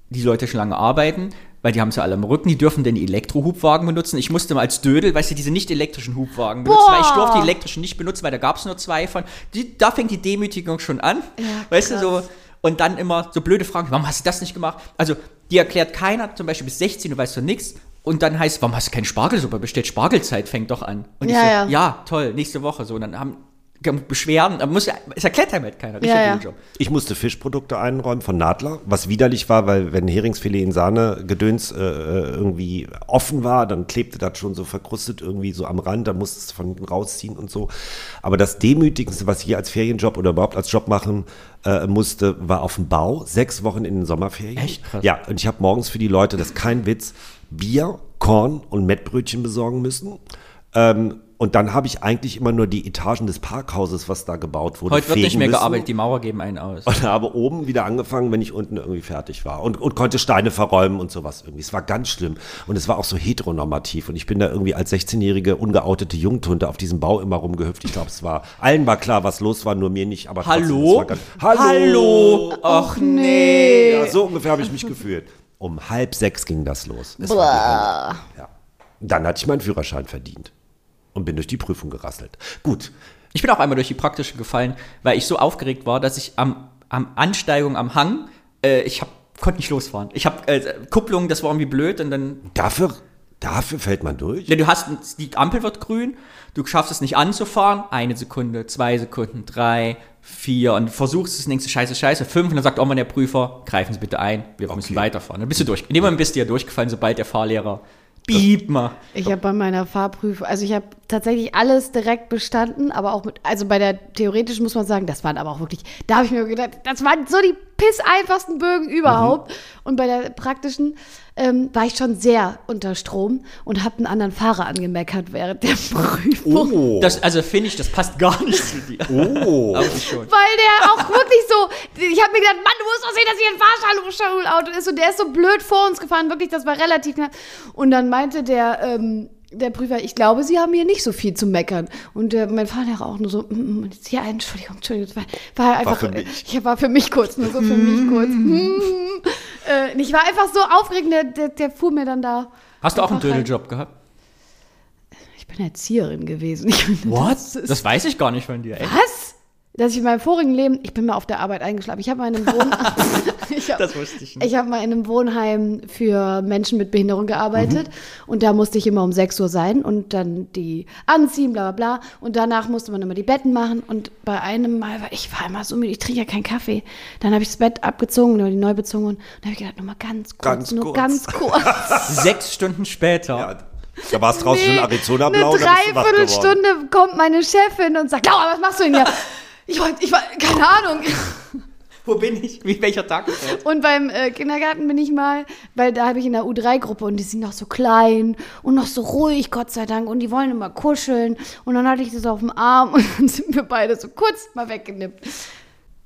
[SPEAKER 4] die Leute schon lange arbeiten, weil die haben's ja alle am Rücken, die dürfen den Elektrohubwagen benutzen. Ich musste mal als Dödel, weißt du, diese nicht elektrischen Hubwagen benutzen, weil ich durfte die elektrischen nicht benutzen, weil da gab's nur zwei von. Die, da fängt die Demütigung schon an, weißt du, so. Und dann immer so blöde Fragen, warum hast du das nicht gemacht? Also, die erklärt keiner, zum Beispiel bis 16, du weißt doch nichts. Und dann heißt, warum hast du keine Spargelsuppe bestellt? Spargelzeit fängt doch an. Und
[SPEAKER 2] Ja,
[SPEAKER 4] ich so,
[SPEAKER 2] ja.
[SPEAKER 4] ja, toll, nächste Woche so. Und dann haben haben Beschwerden, da muss, es erklärt einem halt keiner.
[SPEAKER 2] Ja, ja.
[SPEAKER 4] Job.
[SPEAKER 1] Ich musste Fischprodukte einräumen von Nadler, was widerlich war, weil wenn Heringsfilet in Sahne gedöns äh, irgendwie offen war, dann klebte das schon so verkrustet irgendwie so am Rand, dann musstest du von hinten rausziehen und so. Aber das Demütigendste, was ich hier als Ferienjob oder überhaupt als Job machen äh, musste, war auf dem Bau, sechs Wochen in den Sommerferien.
[SPEAKER 4] Echt? Krass.
[SPEAKER 1] Ja, und ich habe morgens für die Leute, das ist kein Witz, Bier, Korn und Mettbrötchen besorgen müssen. Ähm, und dann habe ich eigentlich immer nur die Etagen des Parkhauses, was da gebaut wurde.
[SPEAKER 4] Heute wird nicht
[SPEAKER 1] fegen
[SPEAKER 4] mehr
[SPEAKER 1] müssen.
[SPEAKER 4] gearbeitet, die Mauer geben
[SPEAKER 1] <laughs>
[SPEAKER 4] einen aus.
[SPEAKER 1] Und habe oben wieder angefangen, wenn ich unten irgendwie fertig war. Und, und konnte Steine verräumen und sowas irgendwie. Es war ganz schlimm. Und es war auch so heteronormativ. Und ich bin da irgendwie als 16-jährige, ungeoutete Jungtunte auf diesem Bau immer rumgehüpft. Ich glaube, es war, allen war klar, was los war, nur mir nicht. Aber trotzdem, es
[SPEAKER 4] Hallo?
[SPEAKER 1] war ganz, Hallo?
[SPEAKER 4] Ach nee.
[SPEAKER 1] Ja, so ungefähr habe ich mich gefühlt. Um halb sechs ging das los. Es war die Hölle. ja. Dann hatte ich meinen Führerschein verdient. Und bin durch die Prüfung gerasselt. Gut.
[SPEAKER 4] Ich bin auch einmal durch die praktische gefallen, weil ich so aufgeregt war, dass ich am, am Ansteigung am Hang, äh, ich hab, konnte nicht losfahren. Ich habe äh, Kupplung, das war irgendwie blöd und dann
[SPEAKER 1] Dafür, dafür fällt man durch.
[SPEAKER 4] Ja, du hast, die Ampel wird grün, du schaffst es nicht anzufahren, eine Sekunde, zwei Sekunden, drei, vier und versuchst es, denkst du, scheiße, scheiße, fünf und dann sagt irgendwann der Prüfer, greifen Sie bitte ein, wir müssen weiterfahren. Dann bist du durch. In dem Moment bist du ja durchgefallen, sobald der Fahrlehrer, beep mal.
[SPEAKER 2] Ich habe bei meiner Fahrprüfung, also ich habe tatsächlich alles direkt bestanden, aber auch mit, also bei der theoretischen muss man sagen, das waren aber auch wirklich, da habe ich mir gedacht, das waren so die piss einfachsten Bögen überhaupt. Und bei der praktischen ähm, war ich schon sehr unter Strom und habe einen anderen Fahrer angemeckert während der Prüfung.
[SPEAKER 1] Oh.
[SPEAKER 4] Das, also finde ich, das passt gar nicht zu dir.
[SPEAKER 1] oh.
[SPEAKER 4] <laughs> Aber ich schon.
[SPEAKER 2] Weil der auch wirklich so, ich habe mir gedacht, Mann, du musst doch sehen, dass hier ein Fahrschulauto ist und der ist so blöd vor uns gefahren, wirklich, das war relativ knapp. Und dann meinte der, ähm, der Prüfer, ich glaube, Sie haben hier nicht so viel zu meckern. Und äh, mein Vater auch nur so, mm, mm, und jetzt, ja, Entschuldigung, Entschuldigung, das war, war einfach,
[SPEAKER 1] für mich.
[SPEAKER 2] äh, ich war für mich kurz, nur so für mich kurz. Mm. Äh, ich war einfach so aufregend, der, der, der fuhr mir dann da.
[SPEAKER 4] Hast du auch einen
[SPEAKER 2] einfach halt rein.
[SPEAKER 4] Dödeljob gehabt?
[SPEAKER 2] Ich bin Erzieherin gewesen. Ich bin,
[SPEAKER 4] What?
[SPEAKER 2] Das, ist-
[SPEAKER 4] Das weiß ich gar nicht von dir. Echt?
[SPEAKER 2] was? Dass ich in meinem vorigen Leben, ich bin mal auf der Arbeit eingeschlafen. Ich habe mal in einem
[SPEAKER 1] <laughs>
[SPEAKER 2] Wohnheim, ich hab,
[SPEAKER 4] Das wusste ich nicht.
[SPEAKER 2] ich hab mal in einem Wohnheim für Menschen mit Behinderung gearbeitet
[SPEAKER 1] Mhm.
[SPEAKER 2] und da musste ich immer um 6 Uhr sein und dann die anziehen, bla bla bla. Und danach musste man immer die Betten machen und bei einem Mal, war- ich war immer so müde, ich trinke ja keinen Kaffee. Dann habe ich das Bett abgezogen, nur die neu bezogen und dann habe ich gedacht, nur mal ganz kurz,
[SPEAKER 1] Ganz
[SPEAKER 2] nur
[SPEAKER 1] kurz. <laughs>
[SPEAKER 2] ganz kurz. <laughs>
[SPEAKER 4] Sechs Stunden später.
[SPEAKER 1] Ja, da warst draußen schon Arizona
[SPEAKER 2] Eine
[SPEAKER 1] blau. da bist du wach geworden.
[SPEAKER 2] Dreiviertelstunde kommt meine Chefin und sagt, Laura, was machst du
[SPEAKER 1] <laughs>
[SPEAKER 2] denn hier? Ich wollte, ich war, keine Ahnung.
[SPEAKER 4] Wo bin ich? Wie, welcher Tag ist das?
[SPEAKER 2] Und beim äh, Kindergarten bin ich mal, weil da habe ich in der U3-Gruppe und die sind noch so klein und noch so ruhig, Gott sei Dank, und die wollen immer kuscheln. Und dann hatte ich das auf dem Arm und dann sind wir beide so kurz mal weggenippt.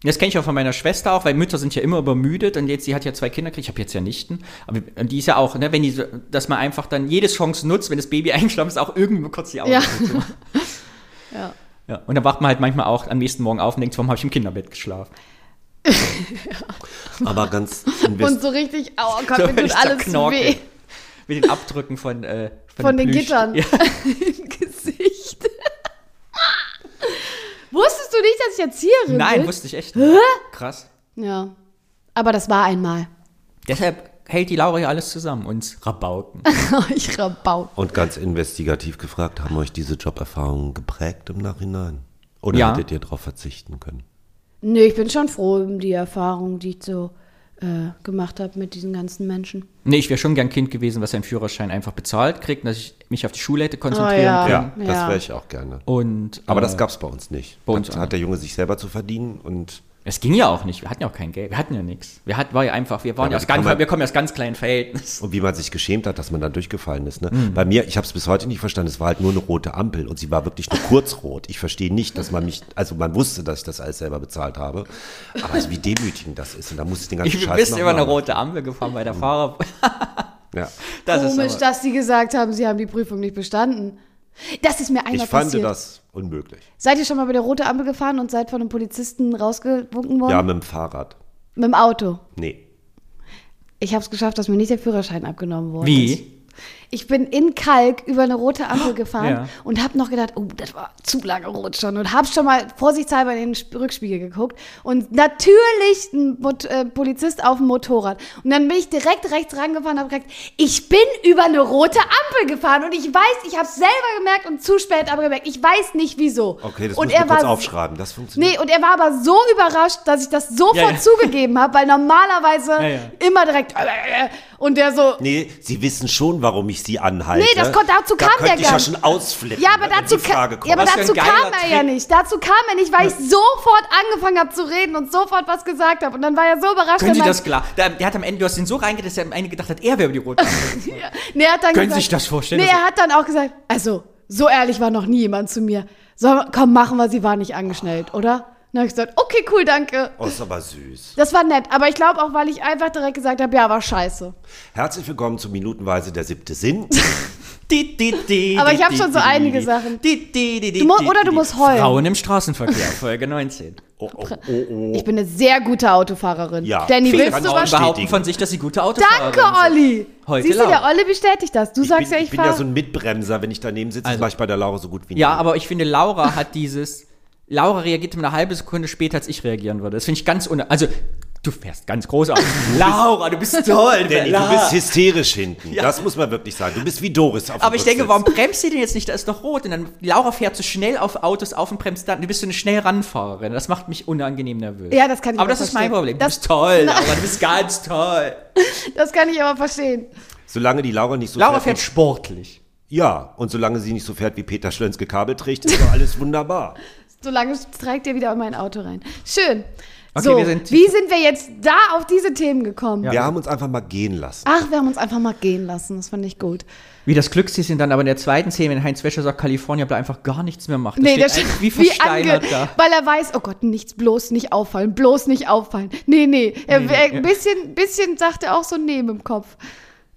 [SPEAKER 4] Das kenne ich auch von meiner Schwester auch, weil Mütter sind ja immer übermüdet und jetzt, sie hat ja zwei Kinder gekriegt, ich habe jetzt ja Nichten, aber und die ist ja auch, ne, wenn die, so- dass man einfach dann jede Chance nutzt, wenn das Baby <laughs> einschlafen ist, auch irgendwie mal kurz die Augen
[SPEAKER 2] Ja.
[SPEAKER 4] zuzumachen.
[SPEAKER 2] Ja.
[SPEAKER 4] ja. Und dann wacht man halt manchmal auch am nächsten Morgen auf und denkt, warum habe ich im Kinderbett geschlafen?
[SPEAKER 1] Aber ganz
[SPEAKER 2] Und
[SPEAKER 1] invest
[SPEAKER 2] so richtig, oh Gott, mir
[SPEAKER 4] <laughs> wenn ich
[SPEAKER 2] tut
[SPEAKER 4] da
[SPEAKER 2] alles
[SPEAKER 4] knorke.
[SPEAKER 2] weh
[SPEAKER 4] Mit den Abdrücken von, äh,
[SPEAKER 2] von den
[SPEAKER 4] Plüsch-
[SPEAKER 2] Gittern
[SPEAKER 4] <laughs> Ja.
[SPEAKER 2] im Gesicht. <laughs> Wusstest du nicht, dass ich Erzieherin
[SPEAKER 4] Nein,
[SPEAKER 2] bin?
[SPEAKER 4] wusste ich echt nicht. Krass.
[SPEAKER 2] Ja. Aber das war einmal. <laughs>
[SPEAKER 4] Deshalb hält die Laura ja alles zusammen, uns Rabauken.
[SPEAKER 2] <laughs> ich rabau.
[SPEAKER 1] und ganz investigativ gefragt, haben euch diese Joberfahrungen geprägt im Nachhinein? Oder
[SPEAKER 4] Ja.
[SPEAKER 1] hättet ihr darauf verzichten können?
[SPEAKER 2] Nee, ich bin schon froh um die Erfahrung, die ich so äh, gemacht habe mit diesen ganzen Menschen.
[SPEAKER 4] Nee, ich wäre schon gern Kind gewesen, was seinen Führerschein einfach bezahlt kriegt, dass ich mich auf die Schule hätte konzentrieren
[SPEAKER 2] Oh ja.
[SPEAKER 4] können.
[SPEAKER 1] Ja, das
[SPEAKER 2] Ja.
[SPEAKER 1] wäre ich auch gerne.
[SPEAKER 4] Und,
[SPEAKER 1] Aber
[SPEAKER 4] äh,
[SPEAKER 1] das gab es bei uns nicht.
[SPEAKER 4] bei uns
[SPEAKER 1] das
[SPEAKER 4] auch
[SPEAKER 1] hat der Junge sich selber zu verdienen und
[SPEAKER 4] Es ging ja auch nicht. Wir hatten ja auch kein Geld. Wir hatten ja nichts. Wir hatten, war ja einfach, wir waren
[SPEAKER 1] Ja,
[SPEAKER 4] ja
[SPEAKER 1] aber
[SPEAKER 4] aus ganz,
[SPEAKER 1] kann man-
[SPEAKER 4] wir kommen ja aus ganz kleinen Verhältnissen.
[SPEAKER 1] Und wie man sich geschämt hat, dass man da durchgefallen ist. Ne?
[SPEAKER 4] Mhm.
[SPEAKER 1] Bei mir, ich habe es bis heute nicht verstanden, es war halt nur eine rote Ampel und sie war wirklich nur kurz rot. Ich verstehe nicht, dass man mich, also man wusste, dass ich das alles selber bezahlt habe, aber also wie demütigend das ist. Und da musste ich den
[SPEAKER 4] <laughs>
[SPEAKER 1] ganzen
[SPEAKER 4] Ich
[SPEAKER 1] Scheiß
[SPEAKER 4] bist
[SPEAKER 1] noch
[SPEAKER 4] über eine
[SPEAKER 1] machen.
[SPEAKER 4] rote Ampel gefahren bei der Fahrer.
[SPEAKER 1] Ja.
[SPEAKER 4] <laughs> Das
[SPEAKER 2] Komisch,
[SPEAKER 4] ist aber,
[SPEAKER 2] dass sie gesagt haben, sie haben die Prüfung nicht bestanden. Das ist mir einmal
[SPEAKER 1] Ich fand
[SPEAKER 2] passiert.
[SPEAKER 1] das unmöglich.
[SPEAKER 2] Seid ihr schon mal bei der rote Ampel gefahren und seid von einem Polizisten rausgewunken worden?
[SPEAKER 1] Ja, mit dem Fahrrad.
[SPEAKER 2] Mit dem Auto.
[SPEAKER 1] Nee.
[SPEAKER 2] Ich habe es geschafft, dass mir nicht der Führerschein abgenommen wurde.
[SPEAKER 4] wie?
[SPEAKER 2] Ich bin in Kalk über eine rote Ampel gefahren
[SPEAKER 4] Oh, ja.
[SPEAKER 2] und habe noch gedacht, oh, das war zu lange rot schon und habe schon mal vorsichtshalber in den Sp- Rückspiegel geguckt und natürlich ein Mot äh, Polizist auf dem Motorrad und dann bin ich direkt rechts rangefahren und habe gesagt, ich bin über eine rote Ampel gefahren und ich weiß, ich habe es selber gemerkt und zu spät aber gemerkt, ich weiß nicht wieso.
[SPEAKER 1] Okay, das
[SPEAKER 2] und
[SPEAKER 1] muss man kurz
[SPEAKER 2] war-
[SPEAKER 1] aufschreiben. Das funktioniert.
[SPEAKER 2] Nee, und er war aber so überrascht, dass ich das sofort
[SPEAKER 4] Ja, ja.
[SPEAKER 2] zugegeben habe, weil normalerweise
[SPEAKER 4] ja.
[SPEAKER 2] immer direkt äh, und der so,
[SPEAKER 1] Nee, Sie wissen schon, warum ich Sie anhalte.
[SPEAKER 2] Nee, das kommt- dazu
[SPEAKER 1] da
[SPEAKER 2] kam
[SPEAKER 1] könnte
[SPEAKER 2] der
[SPEAKER 1] ich
[SPEAKER 2] gar
[SPEAKER 1] ja
[SPEAKER 2] nicht.
[SPEAKER 1] schon ausflippen.
[SPEAKER 2] Ja, aber
[SPEAKER 1] wenn
[SPEAKER 2] dazu,
[SPEAKER 1] die
[SPEAKER 2] ka
[SPEAKER 1] Frage
[SPEAKER 2] ja, aber
[SPEAKER 1] kommt.
[SPEAKER 4] Was für ein
[SPEAKER 2] dazu kam
[SPEAKER 4] geiler
[SPEAKER 2] er ja
[SPEAKER 4] Trick.
[SPEAKER 2] nicht. Dazu kam er nicht, weil ich sofort angefangen habe zu reden und sofort was gesagt habe. Und dann war er so überrascht.
[SPEAKER 4] Können
[SPEAKER 2] wenn
[SPEAKER 4] Sie
[SPEAKER 2] man-
[SPEAKER 4] das klar? Der, der hat am Ende, du hast ihn so reingeht, dass er am Ende gedacht hat, er wäre über die rote Ampel.
[SPEAKER 2] Nee, er hat dann
[SPEAKER 4] Können Sie
[SPEAKER 2] gesagt,
[SPEAKER 4] sich das vorstellen?
[SPEAKER 2] Nee, er hat dann auch gesagt, also, so ehrlich war noch nie jemand zu mir. So, komm, machen wir, sie war nicht angeschnellt, oder? Dann habe ich gesagt, okay, cool, danke.
[SPEAKER 1] Oh, ist aber süß.
[SPEAKER 2] Das war nett, aber ich glaube auch, weil ich einfach direkt gesagt habe, ja, war scheiße.
[SPEAKER 1] Herzlich willkommen zu Minutenweise der siebte
[SPEAKER 2] <laughs>
[SPEAKER 1] Sinn.
[SPEAKER 4] <laughs> Di, di, di,
[SPEAKER 2] Aber
[SPEAKER 4] di,
[SPEAKER 2] ich hab
[SPEAKER 4] di,
[SPEAKER 2] schon so
[SPEAKER 4] di, di,
[SPEAKER 2] einige
[SPEAKER 4] di.
[SPEAKER 2] Sachen.
[SPEAKER 4] Di, di, di, di,
[SPEAKER 2] Du mu-
[SPEAKER 4] di,
[SPEAKER 2] oder
[SPEAKER 4] di,
[SPEAKER 2] du
[SPEAKER 4] di.
[SPEAKER 2] musst heulen.
[SPEAKER 4] Frauen im Straßenverkehr, Folge 19.
[SPEAKER 1] Oh, oh, oh, oh.
[SPEAKER 2] Ich bin eine sehr gute Autofahrerin.
[SPEAKER 1] Ja.
[SPEAKER 2] Danny,
[SPEAKER 1] Viele
[SPEAKER 2] willst
[SPEAKER 1] Frauen
[SPEAKER 2] du
[SPEAKER 4] Frauen
[SPEAKER 2] was?
[SPEAKER 1] behaupten
[SPEAKER 4] behaupten von sich, dass sie gute Autos
[SPEAKER 2] Danke, Olli.
[SPEAKER 4] Heute
[SPEAKER 2] Siehst du, der
[SPEAKER 4] laut.
[SPEAKER 2] Olli bestätigt das. Du
[SPEAKER 1] Ich
[SPEAKER 2] sagst
[SPEAKER 1] bin,
[SPEAKER 2] ja,
[SPEAKER 1] ich
[SPEAKER 2] ich
[SPEAKER 1] bin ja
[SPEAKER 2] fahre.
[SPEAKER 1] so ein Mitbremser, wenn ich daneben sitze, also,
[SPEAKER 4] Also-
[SPEAKER 1] mache ich bei der Laura so gut wie nie.
[SPEAKER 4] Ja, aber ich finde, Laura hat dieses. Laura reagiert immer eine halbe Sekunde später, als ich reagieren würde. Das finde ich ganz ohne. Also, du fährst ganz großartig. <laughs> Laura, du bist toll.
[SPEAKER 1] Danny, du
[SPEAKER 4] Laura.
[SPEAKER 1] bist hysterisch hinten. Das muss man wirklich sagen. Du bist wie Doris auf dem
[SPEAKER 4] aber ich denke,
[SPEAKER 1] Rücksitz.
[SPEAKER 4] warum bremst sie denn jetzt nicht? Da ist doch rot. Und dann, Laura fährt so schnell auf Autos auf und bremst dann. Du bist so eine schnell Ranfahrerin. Das macht mich unangenehm nervös.
[SPEAKER 2] Ja, das kann ich
[SPEAKER 4] Aber
[SPEAKER 2] auch
[SPEAKER 4] das ist mein
[SPEAKER 2] verstehen.
[SPEAKER 4] Problem. Du
[SPEAKER 2] Das-
[SPEAKER 4] bist toll,
[SPEAKER 2] <laughs>
[SPEAKER 4] Laura. Du bist ganz toll.
[SPEAKER 2] Das kann ich aber verstehen.
[SPEAKER 1] Solange die Laura nicht so
[SPEAKER 4] Laura
[SPEAKER 1] fährt
[SPEAKER 4] fährt sportlich.
[SPEAKER 1] wie- Ja, und solange sie nicht so fährt, wie Peter Schlönske Kabel trägt, ist doch alles
[SPEAKER 2] <laughs>
[SPEAKER 1] wunderbar.
[SPEAKER 2] Solange trägt ihr wieder in mein Auto rein. Schön.
[SPEAKER 4] Okay,
[SPEAKER 2] so,
[SPEAKER 4] wir sind-
[SPEAKER 2] wie sind wir jetzt da auf diese Themen gekommen?
[SPEAKER 1] Wir haben uns einfach mal gehen lassen.
[SPEAKER 2] Ach, wir haben uns einfach mal gehen lassen. Das fand ich gut.
[SPEAKER 4] Wie das Glückssee sind dann aber in der zweiten Szene, wenn Heinz Wäscher sagt, Kalifornien bleibt einfach gar nichts mehr macht. Das
[SPEAKER 2] nee,
[SPEAKER 4] steht
[SPEAKER 2] das <laughs>
[SPEAKER 4] einfach wie versteinert da.
[SPEAKER 2] Weil er weiß, oh Gott, nichts, bloß nicht auffallen, bloß nicht auffallen. Nee, nee. Er,
[SPEAKER 4] Nee, nee,
[SPEAKER 2] er,
[SPEAKER 4] ja.
[SPEAKER 2] ein bisschen, bisschen sagt er auch so neben im Kopf.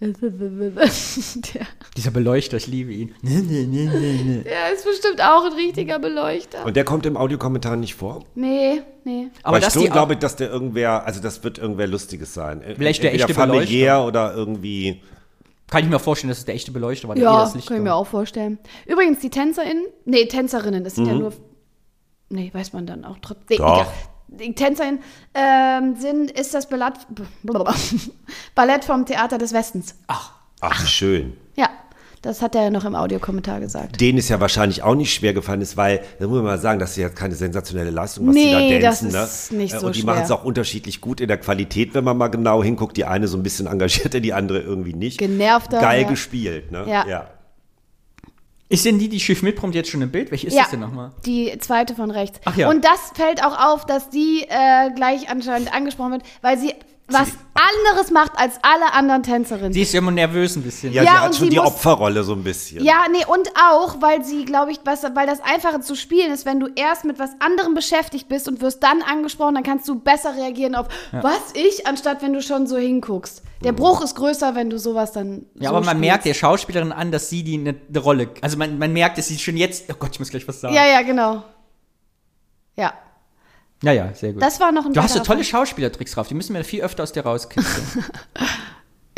[SPEAKER 2] <laughs> Der,
[SPEAKER 4] Dieser Beleuchter, ich liebe ihn. Nee, nee, nee, nee, nee.
[SPEAKER 2] der ist bestimmt auch ein richtiger Beleuchter.
[SPEAKER 1] Und der kommt im Audiokommentar nicht vor.
[SPEAKER 2] Nee, nee.
[SPEAKER 4] Aber
[SPEAKER 1] Weil ich
[SPEAKER 4] das
[SPEAKER 1] so
[SPEAKER 4] die
[SPEAKER 1] glaube, dass der irgendwer, also das wird irgendwer Lustiges sein. Äh,
[SPEAKER 4] Vielleicht der
[SPEAKER 1] Entweder
[SPEAKER 4] echte
[SPEAKER 1] familiär oder irgendwie.
[SPEAKER 4] kann ich mir vorstellen, dass es der echte Beleuchter war, der eh
[SPEAKER 2] Ja,
[SPEAKER 4] das Licht
[SPEAKER 2] kann ich mir
[SPEAKER 4] gemacht
[SPEAKER 2] auch vorstellen. Übrigens, die TänzerInnen, nee, Tänzerinnen, das sind
[SPEAKER 4] Mhm.
[SPEAKER 2] ja nur, nee, weiß man dann auch trotzdem.
[SPEAKER 1] Doch.
[SPEAKER 2] egal. Die TänzerInnen ähm, sind, ist das Ballett, <laughs> Ballett vom Theater des Westens.
[SPEAKER 1] Ach, schön.
[SPEAKER 2] Ja, das hat er ja noch im Audiokommentar gesagt.
[SPEAKER 1] Denen ist ja wahrscheinlich auch nicht schwer gefallen ist, weil, da muss man mal sagen, das ist ja keine sensationelle Leistung, was die
[SPEAKER 2] Nee,
[SPEAKER 1] da
[SPEAKER 2] das
[SPEAKER 1] tanzen.
[SPEAKER 2] ist
[SPEAKER 1] ne?
[SPEAKER 2] nicht
[SPEAKER 1] Äh,
[SPEAKER 2] so
[SPEAKER 1] Und die
[SPEAKER 2] schwer.
[SPEAKER 1] machen es auch unterschiedlich gut in der Qualität, wenn man mal genau hinguckt. Die eine so ein bisschen engagierter, <laughs> die andere irgendwie nicht.
[SPEAKER 2] Genervter,
[SPEAKER 1] Geil
[SPEAKER 2] ja.
[SPEAKER 1] gespielt, ne?
[SPEAKER 2] Ja.
[SPEAKER 4] Ist denn die, die Schiff mitbrummt, jetzt schon im Bild? Welche ist
[SPEAKER 2] ja,
[SPEAKER 4] das denn nochmal?
[SPEAKER 2] die zweite von rechts.
[SPEAKER 4] Ach ja.
[SPEAKER 2] Und das fällt auch auf, dass die äh, gleich anscheinend angesprochen wird, weil sie was anderes macht als alle anderen Tänzerinnen.
[SPEAKER 4] Sie ist immer nervös ein bisschen.
[SPEAKER 1] Ja,
[SPEAKER 2] Ja,
[SPEAKER 1] sie hat
[SPEAKER 2] und
[SPEAKER 1] schon
[SPEAKER 2] sie
[SPEAKER 1] die
[SPEAKER 2] muss-
[SPEAKER 1] Opferrolle so ein bisschen.
[SPEAKER 2] Ja, nee, und auch, weil sie, glaube ich, was, weil das Einfache zu spielen ist, wenn du erst mit was anderem beschäftigt bist und wirst dann angesprochen, dann kannst du besser reagieren auf was ich, anstatt wenn du schon so hinguckst. Der
[SPEAKER 1] Mhm.
[SPEAKER 2] Bruch ist größer, wenn du sowas dann.
[SPEAKER 4] Ja,
[SPEAKER 2] so
[SPEAKER 4] aber man
[SPEAKER 2] spielst.
[SPEAKER 4] merkt der Schauspielerin an, dass sie die eine eine Rolle. Also man, man merkt, dass sie schon jetzt. Oh Gott, ich muss gleich was sagen.
[SPEAKER 2] Ja, ja, genau. Ja.
[SPEAKER 4] ja, ja, sehr gut.
[SPEAKER 2] Das war noch ein
[SPEAKER 4] du hast so
[SPEAKER 2] weiterer
[SPEAKER 4] tolle Schauspielertricks drauf. Die müssen wir viel öfter aus dir rauskitzeln.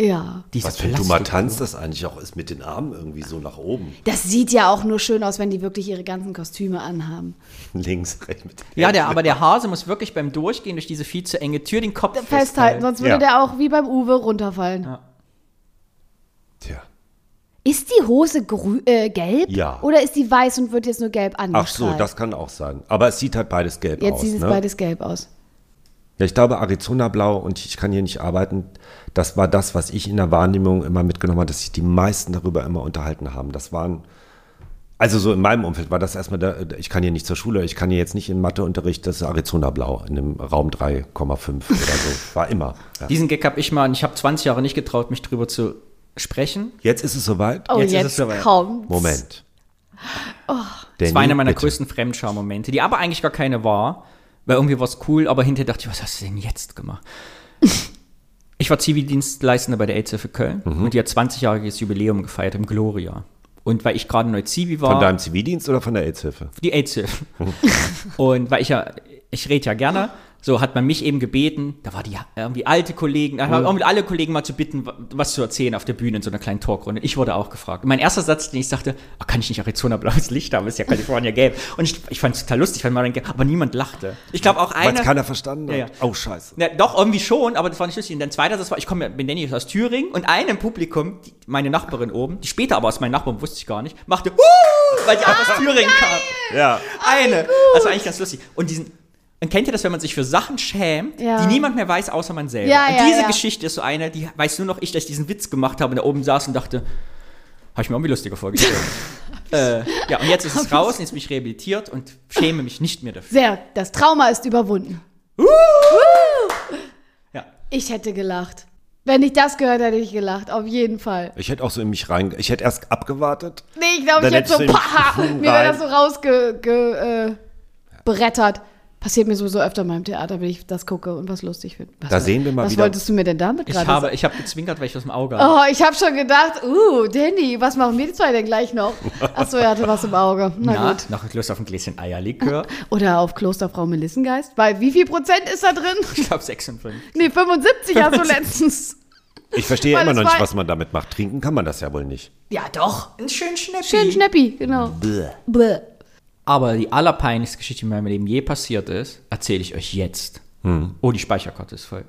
[SPEAKER 2] Ja.
[SPEAKER 4] Diese
[SPEAKER 1] Was, wenn du mal
[SPEAKER 4] Plastik-
[SPEAKER 1] tanzt, das eigentlich auch ist mit den Armen irgendwie so nach oben. <laughs>
[SPEAKER 2] Das sieht ja auch nur schön aus, wenn die wirklich ihre ganzen Kostüme anhaben.
[SPEAKER 1] Links, rechts. Mit
[SPEAKER 4] Ja, der, aber der Hase muss wirklich beim Durchgehen durch diese viel zu enge Tür den Kopf
[SPEAKER 2] Festhalten, sonst würde
[SPEAKER 1] Ja.
[SPEAKER 2] der auch wie beim Uwe runterfallen.
[SPEAKER 1] Tja.
[SPEAKER 2] Ist die Hose grü äh, gelb?
[SPEAKER 1] Ja.
[SPEAKER 2] Oder ist die weiß und wird jetzt nur gelb angestrahlt?
[SPEAKER 1] Ach so, das kann auch sein. Aber es sieht halt beides gelb
[SPEAKER 2] Jetzt
[SPEAKER 1] aus.
[SPEAKER 2] sieht es
[SPEAKER 1] ne?
[SPEAKER 2] beides gelb aus.
[SPEAKER 1] Ja, ich glaube, Arizona Blau und ich kann hier nicht arbeiten. Das war das, was ich in der Wahrnehmung immer mitgenommen habe, dass sich die meisten darüber immer unterhalten haben. Das waren, also so in meinem Umfeld war das erstmal, der, ich kann hier nicht zur Schule, ich kann hier jetzt nicht in Matheunterricht, das ist Arizona Blau in dem Raum 3,5 oder so. War immer. Ja.
[SPEAKER 4] Diesen Gag habe ich mal und ich habe 20 Jahre nicht getraut, mich drüber zu sprechen.
[SPEAKER 1] Jetzt ist es soweit.
[SPEAKER 2] Oh,
[SPEAKER 4] Jetzt
[SPEAKER 2] jetzt,
[SPEAKER 4] ist es soweit.
[SPEAKER 2] kommt.
[SPEAKER 1] Moment.
[SPEAKER 2] Oh.
[SPEAKER 4] Das war einer meiner größten Fremdschau-Momente, die aber eigentlich gar keine war, weil irgendwie war es cool, aber hinterher dachte ich, was hast du denn jetzt gemacht? ich war Zivildienstleistender bei der AIDS-Hilfe Köln und die hat 20-jähriges Jubiläum gefeiert im Gloria. Und weil ich gerade neu Zivi war,
[SPEAKER 1] Von deinem Zivildienst oder von der AIDS-Hilfe?
[SPEAKER 4] die AIDS-Hilfe. und weil ich ja, ich rede ja gerne, so hat man mich eben gebeten, da war die irgendwie alte Kollegen, da waren irgendwie alle Kollegen mal zu bitten, wa- was zu erzählen auf der Bühne in so einer kleinen Talkrunde. Ich wurde auch gefragt. Und mein erster Satz, den ich sagte, ah, kann ich nicht Arizona blaues Licht haben, ist ja Kalifornien gelb. Und ich, ich fand es total lustig, weil man aber niemand lachte. Ich glaube auch
[SPEAKER 1] Weil
[SPEAKER 4] einer.
[SPEAKER 1] es keiner verstanden
[SPEAKER 4] Ja,
[SPEAKER 1] hat.
[SPEAKER 4] ja.
[SPEAKER 1] Oh, scheiße.
[SPEAKER 4] Na, doch, irgendwie schon, aber das war nicht lustig. Und dann zweiter Satz war, ich komme, bin Danny aus Thüringen und eine im Publikum, die, meine Nachbarin oben, die später aber aus meinem Nachbarn wusste ich gar nicht, machte, uh, weil die auch aus Thüringen kam.
[SPEAKER 1] Ja.
[SPEAKER 2] Ah,
[SPEAKER 4] Eine. Das war eigentlich ganz lustig. Und diesen. Und kennt ihr das, wenn man sich für Sachen schämt,
[SPEAKER 2] Ja.
[SPEAKER 4] die niemand mehr weiß, außer man selber?
[SPEAKER 2] Ja,
[SPEAKER 4] und
[SPEAKER 2] ja,
[SPEAKER 4] diese
[SPEAKER 2] ja.
[SPEAKER 4] Geschichte ist so eine, die weiß nur noch ich, dass ich diesen Witz gemacht habe und da oben saß und dachte, habe ich mir irgendwie lustiger
[SPEAKER 2] <laughs>
[SPEAKER 4] vorgestellt. äh, ja, und jetzt ist es raus, und jetzt bin ich rehabilitiert und schäme mich nicht mehr dafür.
[SPEAKER 2] Sehr, das Trauma ist überwunden.
[SPEAKER 4] Uh! Ja.
[SPEAKER 2] Ich hätte gelacht. Wenn ich das gehört hätte, hätte ich gelacht. Auf jeden Fall.
[SPEAKER 1] Ich hätte auch so in mich rein, ich hätte erst abgewartet.
[SPEAKER 2] Nee, ich glaube,
[SPEAKER 1] Dann
[SPEAKER 2] ich hätte
[SPEAKER 1] hättest
[SPEAKER 2] so,
[SPEAKER 1] du ihn
[SPEAKER 2] paha,
[SPEAKER 1] rein.
[SPEAKER 2] <laughs> mir wäre das so rausgebrettert. Äh, brettert. Passiert mir sowieso öfter mal im Theater, wenn ich das gucke und was lustig finde. Was
[SPEAKER 1] Da
[SPEAKER 2] war-
[SPEAKER 1] sehen wir mal
[SPEAKER 2] Was
[SPEAKER 1] wieder-
[SPEAKER 2] wolltest du mir denn damit
[SPEAKER 4] Ich
[SPEAKER 2] gerade
[SPEAKER 4] habe,
[SPEAKER 2] sagen?
[SPEAKER 4] ich habe gezwinkert, weil ich aus dem Auge habe.
[SPEAKER 2] Oh, ich habe schon gedacht, uh, Danny, was machen wir die zwei denn gleich noch? Achso, er hatte was im Auge. Na,
[SPEAKER 4] Na,
[SPEAKER 2] gut.
[SPEAKER 4] noch Lust auf ein Gläschen
[SPEAKER 2] <laughs>
[SPEAKER 4] Eierlikör.
[SPEAKER 2] Oder auf Klosterfrau Melissengeist. Weil wie viel Prozent ist da drin?
[SPEAKER 4] Ich glaube 56.
[SPEAKER 2] Nee, 75 hast du letztens.
[SPEAKER 1] Ich verstehe
[SPEAKER 2] Weil
[SPEAKER 1] immer
[SPEAKER 2] es
[SPEAKER 1] noch nicht,
[SPEAKER 2] war-
[SPEAKER 1] was man damit macht. Trinken kann man das ja wohl nicht.
[SPEAKER 2] Ja, doch.
[SPEAKER 4] Ein schön Schnäppi.
[SPEAKER 2] Schön Schnäppi, genau.
[SPEAKER 1] Bleh.
[SPEAKER 2] Bäh.
[SPEAKER 4] Aber die allerpeinlichste Geschichte, die in meinem Leben je passiert ist, erzähle ich euch jetzt. Oh, die Speicherkarte ist voll.